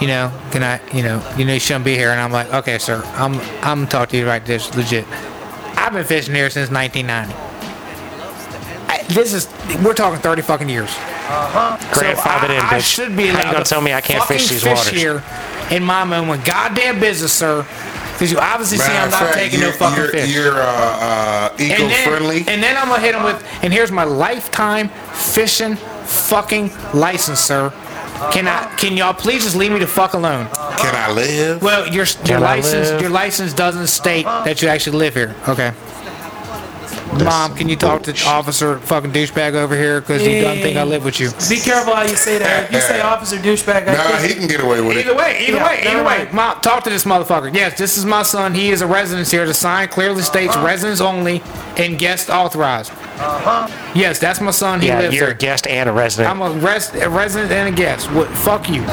you know, can I, you know, you know, you shouldn't be here, and I'm like, okay, sir, I'm I'm talking to you right this legit. I've been fishing here since 1990. I, this is we're talking 30 fucking years.
Uh-huh. Grandfathered
I,
in,
I
bitch.
should be
How you
allowed
gonna
to
tell me I can't
fucking
fish these waters?
here in my moment. Goddamn business, sir. Because you obviously see
Matter
I'm
of
not
fact,
taking
you're,
no fucking
you're,
fish.
You're uh, uh,
and
eco-friendly.
then, and then I'm gonna hit him with, and here's my lifetime fishing fucking license, sir. Can I? Can y'all please just leave me the fuck alone?
Can I live?
Well, your your
Can I
license
live?
your license doesn't state that you actually live here. Okay. Mom, can you talk to officer fucking douchebag over here because he doesn't think I live with you?
Be careful how you say that. If you say officer douchebag, I
nah,
think
he can get away with
Either
it.
way, either
Yeah,
way, either
never
way.
mind.
Mom, talk to this motherfucker. Yes, this is my son. He is a resident here. The sign clearly states residents only and guest authorized. Uh-huh. Yes, that's my son. He
Yeah,
lives
you're
here.
a guest and a resident.
I'm a, res- a resident and a guest. What? Fuck you.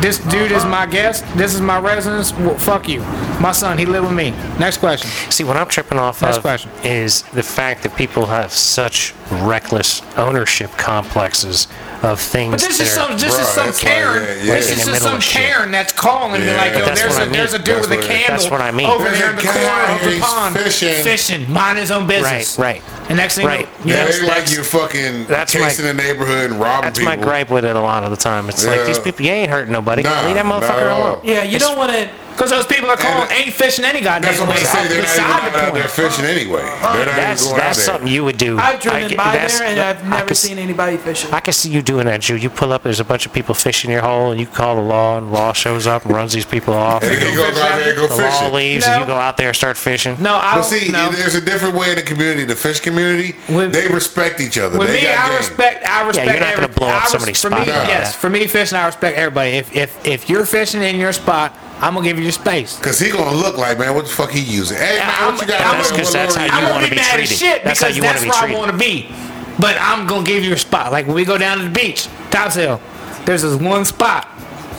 This dude is my guest. This is my residence. Well, fuck you. My son, he live with me. Next question.
See, what I'm tripping off
Next
of
question.
is the fact that people have such reckless ownership complexes of things.
But this
that
is
are-
some. This
Bruh,
is some
it's like,
Karen.
yeah, yeah.
This
In the
is just
middle
some
of shit.
Karen that's calling me
Yeah,
like, yo,
that's
there's
what
a
I mean.
there's a dude
That's
with a
what I-
candle.
that's what I mean.
Over
There's
there
a
in the
guy
corner of the
here, he's
pond,
fishing.
fishing, minding his own business.
Right, right.
And next thing,
Right.
you know,
Yeah,
That's-
it's like
that's-
you're fucking
that's
chasing
my-
the neighborhood and robbing
That's
people.
my gripe with it a lot of the time. It's like these
Yeah.
people, you ain't hurting nobody.
Nah,
Leave that
not
motherfucker
at all.
alone.
Yeah, you don't want to.
because those people are calling, ain't fishing any goddamn
That's what I'm
way.
saying. They're not even
Beside
out
the
there
point.
fishing anyway. They're not
That's
even going
that's
out
something
there.
you would do.
I've driven
get-
by
that's-
there and
I
I've never
could-
seen anybody fishing.
I can see you doing that, Jew. You pull up, there's a bunch of people fishing your hole, and you call the law, and law shows up and runs these people off.
They
the
can go out there and go
law
fishing.
leaves,
No.
and you go out there and start fishing.
No,
But
I don't
see,
no.
there's a different way in the community. The fish community,
With-
they respect each other.
With
they
me,
got
I
game.
respect. I respect.
you're not gonna
every-
blow up
I res-
somebody's
for
spot
Me,
like
yes,
that.
for me fishing, I respect everybody. If if if you're fishing in your spot, I'm gonna give you your space.
Cause he gonna look like, man, what the fuck he using? Hey, man,
I'm-
what you got?
I'm-
on
that's
the
'cause
that's
Lord?
how
I'm
you
gonna
wanna
be
be
mad as
treated.
shit
That's
because
how
that's,
you wanna be
where I
treated.
want to be. But I'm gonna give you a spot. Like when we go down to the beach, Tops Hill. There's this one spot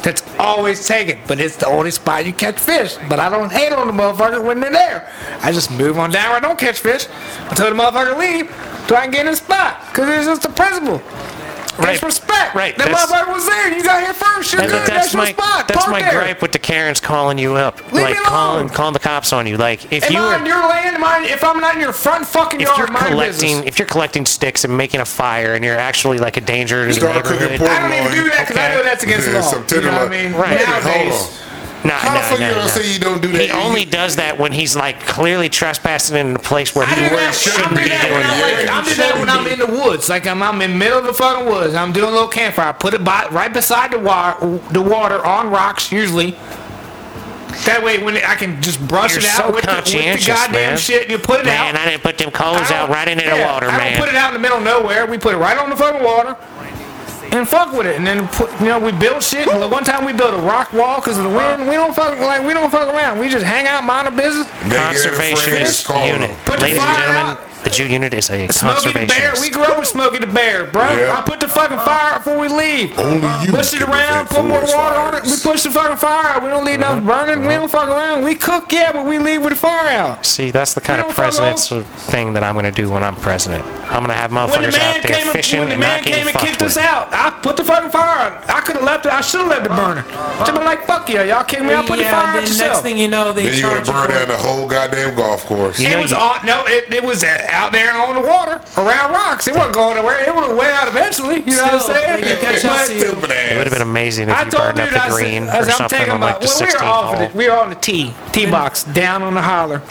that's always taken, but it's the only spot you catch fish. But I don't hate on the motherfucker when they're there. I just move on down where I don't catch fish until the motherfucker leave. So I can get in his spot because it's just the principle.
Right.
There's respect.
Right,
That
that's-
motherfucker was there. You got here first. You're
And
good.
that-
That's,
that's
your
my
spot.
that's
Park
my
there.
gripe with the Karens calling you up,
me
like
alone.
calling calling the cops on you. Like if
Am
you
I
were
on your land? Am I, if I'm not in your front fucking
if
yard,
you're
mind your business.
collecting if you're collecting sticks and making a fire and you're actually like a danger to the
Start cooking
neighborhood.
pork.
I don't even do that because I know that's against the
Yeah,
law.
some
you know what I
tenderloin.
mean?
Right.
Hey, Hold
Nowadays,
on.
No,
How the
no,
fuck
no,
you
no.
gonna say you don't do that?
He only
You-
does that when he's like clearly trespassing in a place where
I
he
do
really
that.
shouldn't be
I do that when
doing
I'm,
it.
like, I do that when I'm in the woods. Like I'm, I'm in the middle of the fucking woods. I'm doing a little campfire. I put it by, right beside the water, the water on rocks usually. That way, when I can just brush
You're
it out
so
with, the, with the
conscientious,
goddamn
man.
shit, and you put it out.
Man, I didn't put them coals
I
out
don't-
right into the
yeah,
water,
I
man.
don't put it out in the middle of nowhere. We put it right on the fucking water and fuck with it. And then put, you know, we build shit. Like, one time we built a rock wall because of the wind. We don't fuck like we don't fuck around. We just hang out, mind our business.
They get in the friends,
Conservationist
call them.
unit.
Put the
Ladies and
fire
gentlemen,
out.
the Jew unit is a
Smokey the Bear. We
conservationist.
grew up with Smokey the Bear, bro.
Yeah.
I put the fucking fire out before we leave.
Only you
Push it
can
around,
prevent
put more water
forest
on it. We
fires. Uh-huh.
push the fucking fire out. We don't leave nothing burning. We don't fuck around. We cook, yeah, but we leave with the fire out.
See, that's the kind
You
of
don't fuck
president's thing that I'm going to do when I'm president. I'm going to have
When the
motherfuckers
man
out
came
there
and,
fishing
when the
and
man
not
came
getting
and
fucked
kicked us
with.
out, I put the fucking fire out. I could have left it. I should have left it burning. Should have been like, fuck yeah, y'all kicked me. I put the
yeah,
fire
then
out
next
yourself.
thing you know, they
Then you would
charge
have burned
you for it.
down the whole goddamn golf course.
You
it
know
was
you-
on, no, it, it was uh, out there on the water around rocks. It wasn't going nowhere. It would have went out eventually. You
Still,
know what I'm saying?
they could catch up
But-
to you.
It
Stupid
would have
ass.
been amazing if
I
you
told
burned
dude,
up the
I
green
said, I
or
said, I'm
something
taking
on
my,
like the
well, we
16th
were off
hole.
of the, we were on the tee, tee box, down on the holler,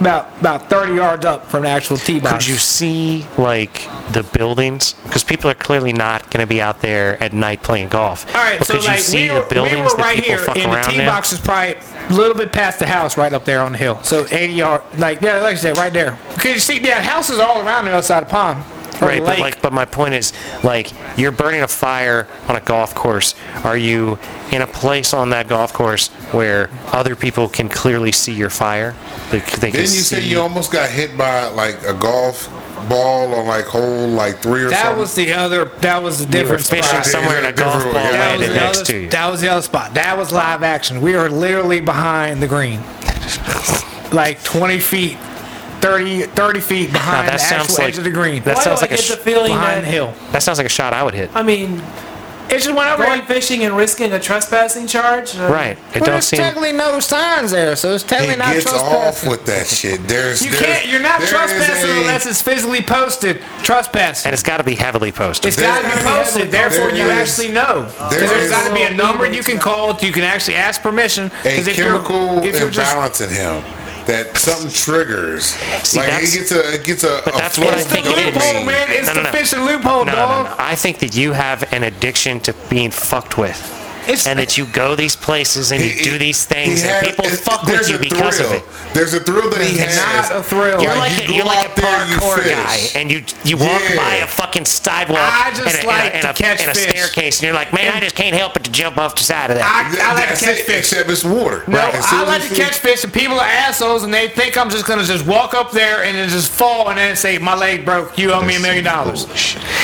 about about 30 yards up from the actual tee
Could
box.
you see like the buildings? Because people are clearly not going to be out there at night playing golf.
All right,
But
so
could you
like
see
we
the
were, we
buildings
were
that
right
people
here,
fuck
and the
around
tee
in?
box is probably a little bit past the house, right up there on the hill. So 80 yard, like yeah, like I said, right there. Because you see, yeah, houses all around the other side of the pond.
Right, but
lake.
like, but my point is, like, you're burning a fire on a golf course. Are you in a place on that golf course where other people can clearly see your fire? They, they can
Didn't you
see
say you almost got hit by like a golf ball on like hole like three or
That
something?
was the other. That was the
you were
different
fishing
spot.
some-
somewhere and a golf ball
Different way.
That
landed
was, the
next
other,
to you.
that was the other spot. That was live action. We were literally behind the green, like 20 feet, 30, 30 feet behind
that
the
sounds
actual
like-
edge of the green.
that
Why
sounds
do
like a
I get
sh-
the feeling
behind the
that
hill.
That sounds like a shot I would hit.
I mean,
It just went over.
going
Right.
fishing and risking a trespassing charge. uh,
Right. It
But
don't
there's
seem.
technically no signs there, so it's
He
technically not
gets off
trespassing.
with that shit. There's
You
there's-
can't. You're not
there is
trespassing
a-
unless it's physically posted. Trespassing.
And it's got to be heavily posted.
It's got to be
There-
posted, therefore
there
you
is-
actually know. 'Cause
there
There's
is-
got to be a number you can call. You can actually ask permission.
a
'cause if you're-
chemical
if you're just-
imbalance in him that something triggers.
See,
like
that's-
it gets a it gets a.
but
a
that's what I
flood
It's the
think it is.
loophole,
dopamine.
man. It's
No, no, no.
the fishing loophole,
No, no,
dog.
no. I think that you have an addiction to being fucked with.
It's-
and that you go these places and you
He-
do these things
he
and
had-
people
it-
fuck with
there's
you
a
because
thrill.
of it.
There's a thrill that he
It's
has.
not a thrill.
You're
Like,
like,
you
a, you're
go
like a
out there, you
parkour guy,
fish.
and you you walk
Yeah.
by a fucking sidewalk
I just
and, a,
like
and, a,
to
and, a,
catch
and a
fish.
staircase, and you're like, man, I just can't help but to jump off the side of that.
I, I like
That's
to catch
it,
fish.
Except it's water.
No,
Right. As soon
I
as
like
you
to
see-
catch fish, and people are assholes, and they think I'm just gonna just walk up there and then just fall and then say, "My leg broke. You owe me a million dollars."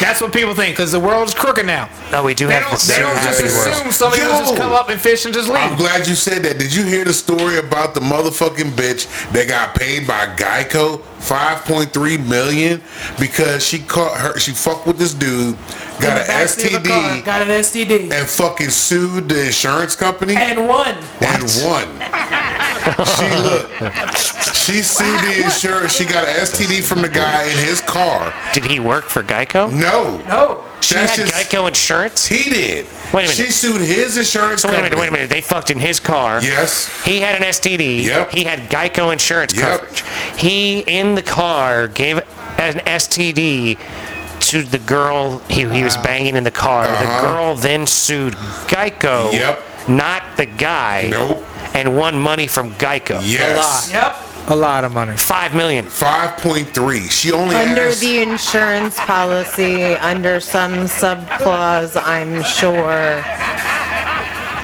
That's what people think, because the world's crooked now.
no, Oh, we do
They
have
don't,
this.
they don't just
Happy world.
assume somebody will just
Yo!
come up and fish and just
I'm
leave.
glad you said that. Did you hear the story about the motherfucking bitch that got paid by Geico 5.3 million because she caught her she fucked with this dude,
in
got
the
an
backseat of a car,
STD,
Got an STD.
and fucking sued the insurance company
And won.
and won. she look, she sued the insurance. She got an STD from the guy in his car.
Did he work for Geico?
No,
No.
She had
that's just-
Geico insurance.
he did.
Wait a minute.
She sued his insurance
So wait a minute,
company.
wait a minute. They fucked in his car.
Yes.
He had an STD.
Yep.
He had Geico insurance
Yep.
coverage. He in the car gave an STD to the girl he, he
Uh-huh.
was banging in the car. The girl then sued Geico.
Yep.
Not the guy.
Nope.
And won money from Geico.
Yes.
Yep.
A lot of money.
Five million.
5.3. She only
Under
asked-
the insurance policy, under some subclause, I'm sure.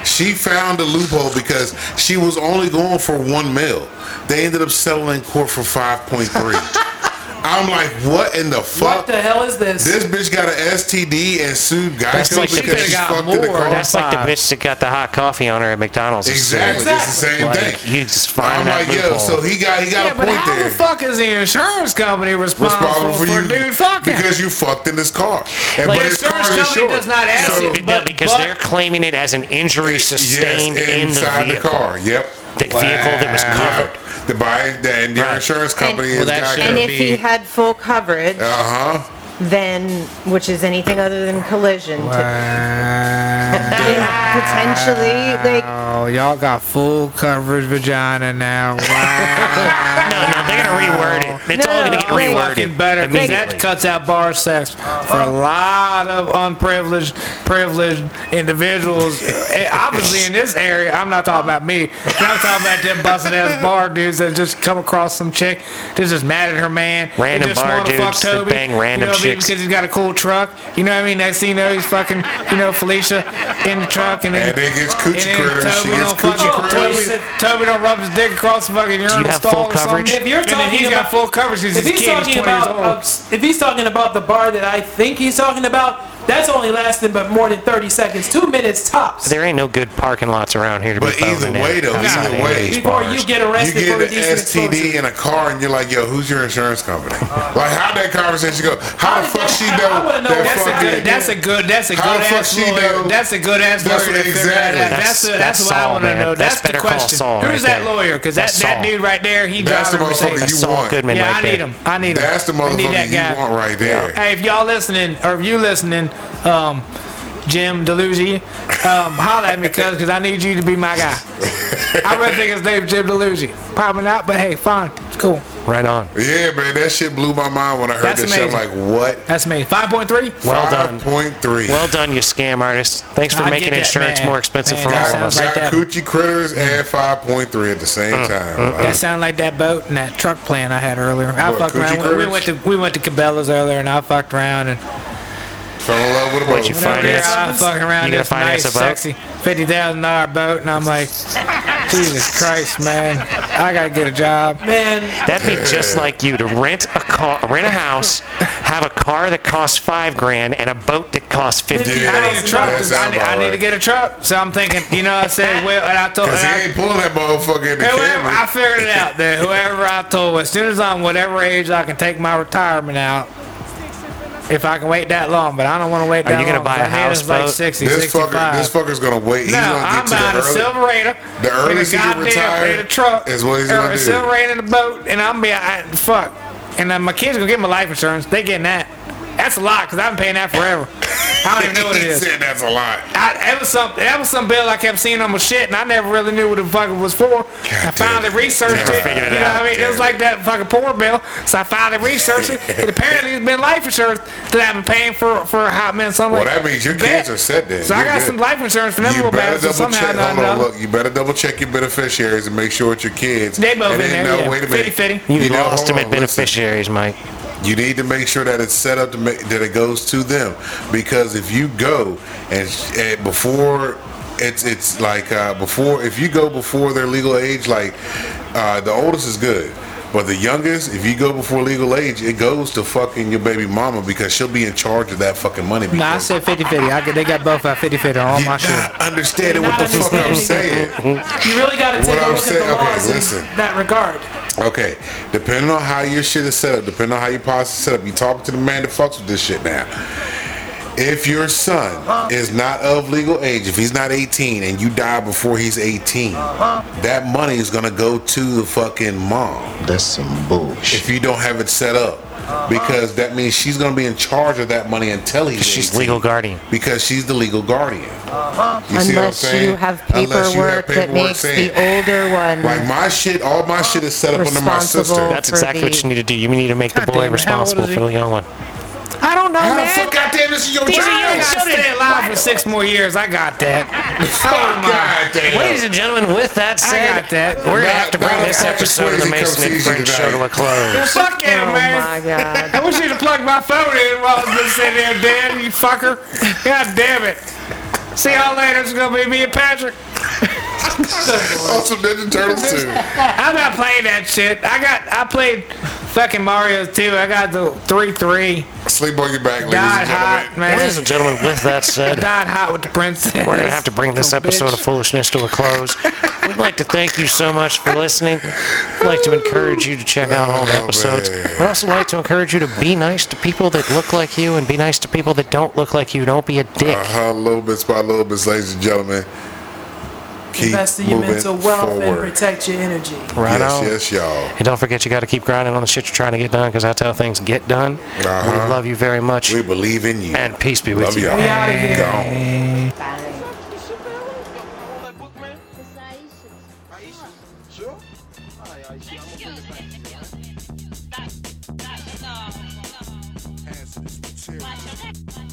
She found a loophole because she was only going for one mil. They ended up settling in court for 5.3. I'm like, what in the
What
fuck?
the hell is this?
This bitch got an STD and sued
That's
Geico
like the
because
bitch
she
got
fucked in the
more.
car.
That's like the
five.
bitch that got the hot coffee on her at McDonald's.
exactly. It's the same
Like,
thing.
you just
I'm
find that
like, yo,
loophole.
so he got he got
Yeah,
a
but
point
how
there.
the fuck is the insurance company responsible,
Responsible
for,
you
dude fucking?
because you fucked in this car. And,
Like,
but
the
his car
insurance
is
company
short.
does not ask
So-
you,
Be-
but-
because
but-
they're claiming it as an injury sustained
yes,
in the
inside
vehicle.
car. Yep.
The vehicle that was covered.
The buy the, and the
Right.
insurance company
And-
is
Well, that
Geico.
And if he had full coverage,
Uh huh.
then, which is anything other than collision,
Wow.
then potentially, like,
Oh, y'all got full coverage vagina now. Wow.
No, no, they're gonna reword it. It's all gonna get
No, wait.
reworded.
better because
immediately.
that cuts out bar sex for a lot of unprivileged, privileged individuals. Eh, Obviously, in this area, I'm not talking about me. but I'm talking about them busted ass bar dudes that just come across some chick that's just mad at her man. They
Random
just
bar
wanna fuck
dudes that
Toby,
bang random
you know,
chicks.
because he's got a cool truck. You know what I mean? Next thing you know, he's fucking, you know, Felicia in the truck, and then
And they gets coochie
and then
critters. She
Toby
gets
don't
coochie
fucking
critters.
Toby, Toby don't rub his dick across the fucking urinal
have
stall
full
or something.
coverage?
If you're
and then
talking
he's got
about-
full coverage because
If
he's a
he's
kid, he's
talking
20 years
about,
old.
uh, if he's talking about the bar that I think he's talking about, that's only lasting but more than 30 seconds, two minutes tops.
There ain't no good parking lots around here to
But
be boning
either
at.
way, though,
Outside
either
of
way,
these
Before
bars.
you get
You
arrested
get
for
an
indecent
STD
exposure.
in a car, and you're like, "Yo, who's your insurance company?" Like, how that conversation go? How
How
the
did
fuck
that-
she
I- I
know
wanna know
that
that's
That's a
fucking?
good. That's a good. That's a good
How the fuck
ass
she
lawyer.
know?
That's a good ass
That's
lawyer. to figure
exactly.
that out.
That's-
That's a- that's
that's
what I
Saul,
want to
man.
know.
That's
That's the
Better Call
question.
Saul
Who's
right
that
there.
lawyer? Because that
That's
that
Saul.
dude right there, he
That's
drives
the
a
motherfucker
Mercedes.
you
Saul
want.
Goodman
Yeah,
right
I need
there.
him. I need him.
That's the
We need that
motherfucker
guy.
you want right there.
Hey, if y'all listening, or if you listening, um, Jim Delusi, um, holla at me, cuz, because I need you to be my guy. I really think his name's Jim Delusi. Probably not, but hey, fine. It's cool.
Right on.
Yeah, man, that shit blew my mind when I heard
That's
that shit. I'm like,
amazing.
what?
That's me. 5.3?
Well done.
5.3
Well done, you scam artist. Thanks for
I
making
get that,
insurance
man.
more expensive
Man,
for
that
all of
sounds
us.
right.
Got
there.
Coochie Critters and 5.3 at the same time.
That sounded like that boat and that truck plan I had earlier. I
What,
fucked around.
Coochie
We, we went to we went to Cabela's earlier, and I fucked around and
I fell in love with a
What'd you
boat.
find? Finance-
I fucking around
you gonna
this
finance
nice,
a boat?
sexy fifty thousand dollar boat, and I'm like, Jesus Christ, man, I gotta get a job. Man,
That'd be just like you to rent a car, rent a house, have a car that costs five grand, and a boat that costs fifty.
Yeah,
I need a truck.
that
'cause I
sounds
need, I
about
need to
right.
get a truck. So I'm thinking, you know, I said, well, and I told.
Cause
and
he
I-
ain't pulling that motherfucker in the
Whoever, I
camera.
figured it out that whoever I told, as soon as I'm whatever age, I can take my retirement out. If I can wait that long, but I don't want to wait that
you
long.
gonna buy a
My hand is
house
like
boat?
60,
This
65.
fucker, this fucker's gonna wait. He's
no,
gonna
I'm
get
buying
to
a
the early.
Silverado.
the earliest he
with a
can
goddamn
retire
in a truck.
is what he's
or
gonna
a
do.
Silverado in a boat, and I'm be I, fuck. And then my kids gonna get my life insurance. They getting that. That's a lot because I've been paying that forever. I don't even know what it
he
is.
said that's a lot.
I, that was some that was some bill I kept seeing on my shit, and I never really knew what the fuck it was for.
damn.
I finally researched
Never
it.
figured it
you know
out.
what I mean? It was
Damn.
like that fucking porn bill, so I finally researched it. And apparently, it's been life insurance that I've been paying for for a hot minute. So I'm
Well,
like,
that means your kids are set then.
So I
You're
got
good.
some life insurance for them
You
little
better
bastards.
double check.
Somehow, not
Hold on,
another.
look. You better double check your beneficiaries and make sure it's your kids.
They
And
both in
then,
there,
no,
yeah.
Wait a minute.
50-50.
You,
know,
lost
hold
them at
on, listen.
beneficiaries, Mike.
You need to make sure that it's set up to make that it goes to them, because if you go and, and before it's it's like uh, before if you go before their legal age, like uh, the oldest is good, but the youngest, if you go before legal age, it goes to fucking your baby mama because she'll be in charge of that fucking money.
Nah, I
because
said 50 50. I get, they got both at 50 50 on all
You're
my shit.
not understanding what the
You're not
fuck I'm
understanding.
saying.
You really got to
take What a I'm look at the saying- okay, laws in listen.
that regard.
Okay, depending on how your shit is set up, depending on how your policy is set up, you talking to the man that fucks with this shit now. If your son is not of legal age, if he's not 18 and you die before he's 18, that money is gonna go to the fucking mom
That's some bullshit.
if you don't have it set up. Because that means she's gonna be in charge of that money until he's
She's
18,
legal guardian.
Because she's the legal guardian. You see what I'm
Unless you
saying?
have
Unless you have
paperwork that
paperwork
makes the
saying-
older
Like
one
my shit, all my shit is set up under my sister.
Responsible.
That's
For
exactly
the-
what you need to do. You need to make the
God damn
boy
it, how old
responsible
is he?
for the young one.
I don't know,
How the
man.
fuck goddamn this is your
These are young
child?
children. Stay alive for six more years. I got that. Oh my.
God damn.
Ladies and gentlemen, with that said,
got that.
we're gonna
Not-
have to bring
not
this
fucking
episode of the
crazy
Mason and
comes
Friends
easy
show to
tonight.
a close.
Fuck yeah,
Oh my
man.
god.
I wish you'd have plugged my phone in while I was just sitting there dead, you fucker. God damn it. See y'all later. It's gonna be me and Patrick.
Awesome Ninja Turtles too.
I'm not playing that shit. I got. I played fucking Mario 2. I got the 3 3.
Sleep on your back, ladies
Died
and gentlemen.
hot, man.
Ladies and gentlemen, with that said.
Died hot with the princess.
We're going to have to bring this
Oh,
episode of
bitch.
Foolishness to a close. We'd like to thank you so much for listening. I'd like to encourage you to check out all the
Oh,
episodes.
man.
We'd also like to encourage you to be nice to people that look like you and be nice to people that don't look like you. Don't be a dick.
Uh-huh, little bits by little bits, ladies and gentlemen. Keep
invest in your
moving
mental wealth and
forward.
protect your energy.
Right on.
yes, yes, y'all.
And don't forget, you got to keep grinding on the shit you're trying to get done because that's how things get done.
Uh-huh.
We love you very much.
We believe in you.
and peace be with
Love
you.
y'all.
We outta here.
Gone.
Hands to this material.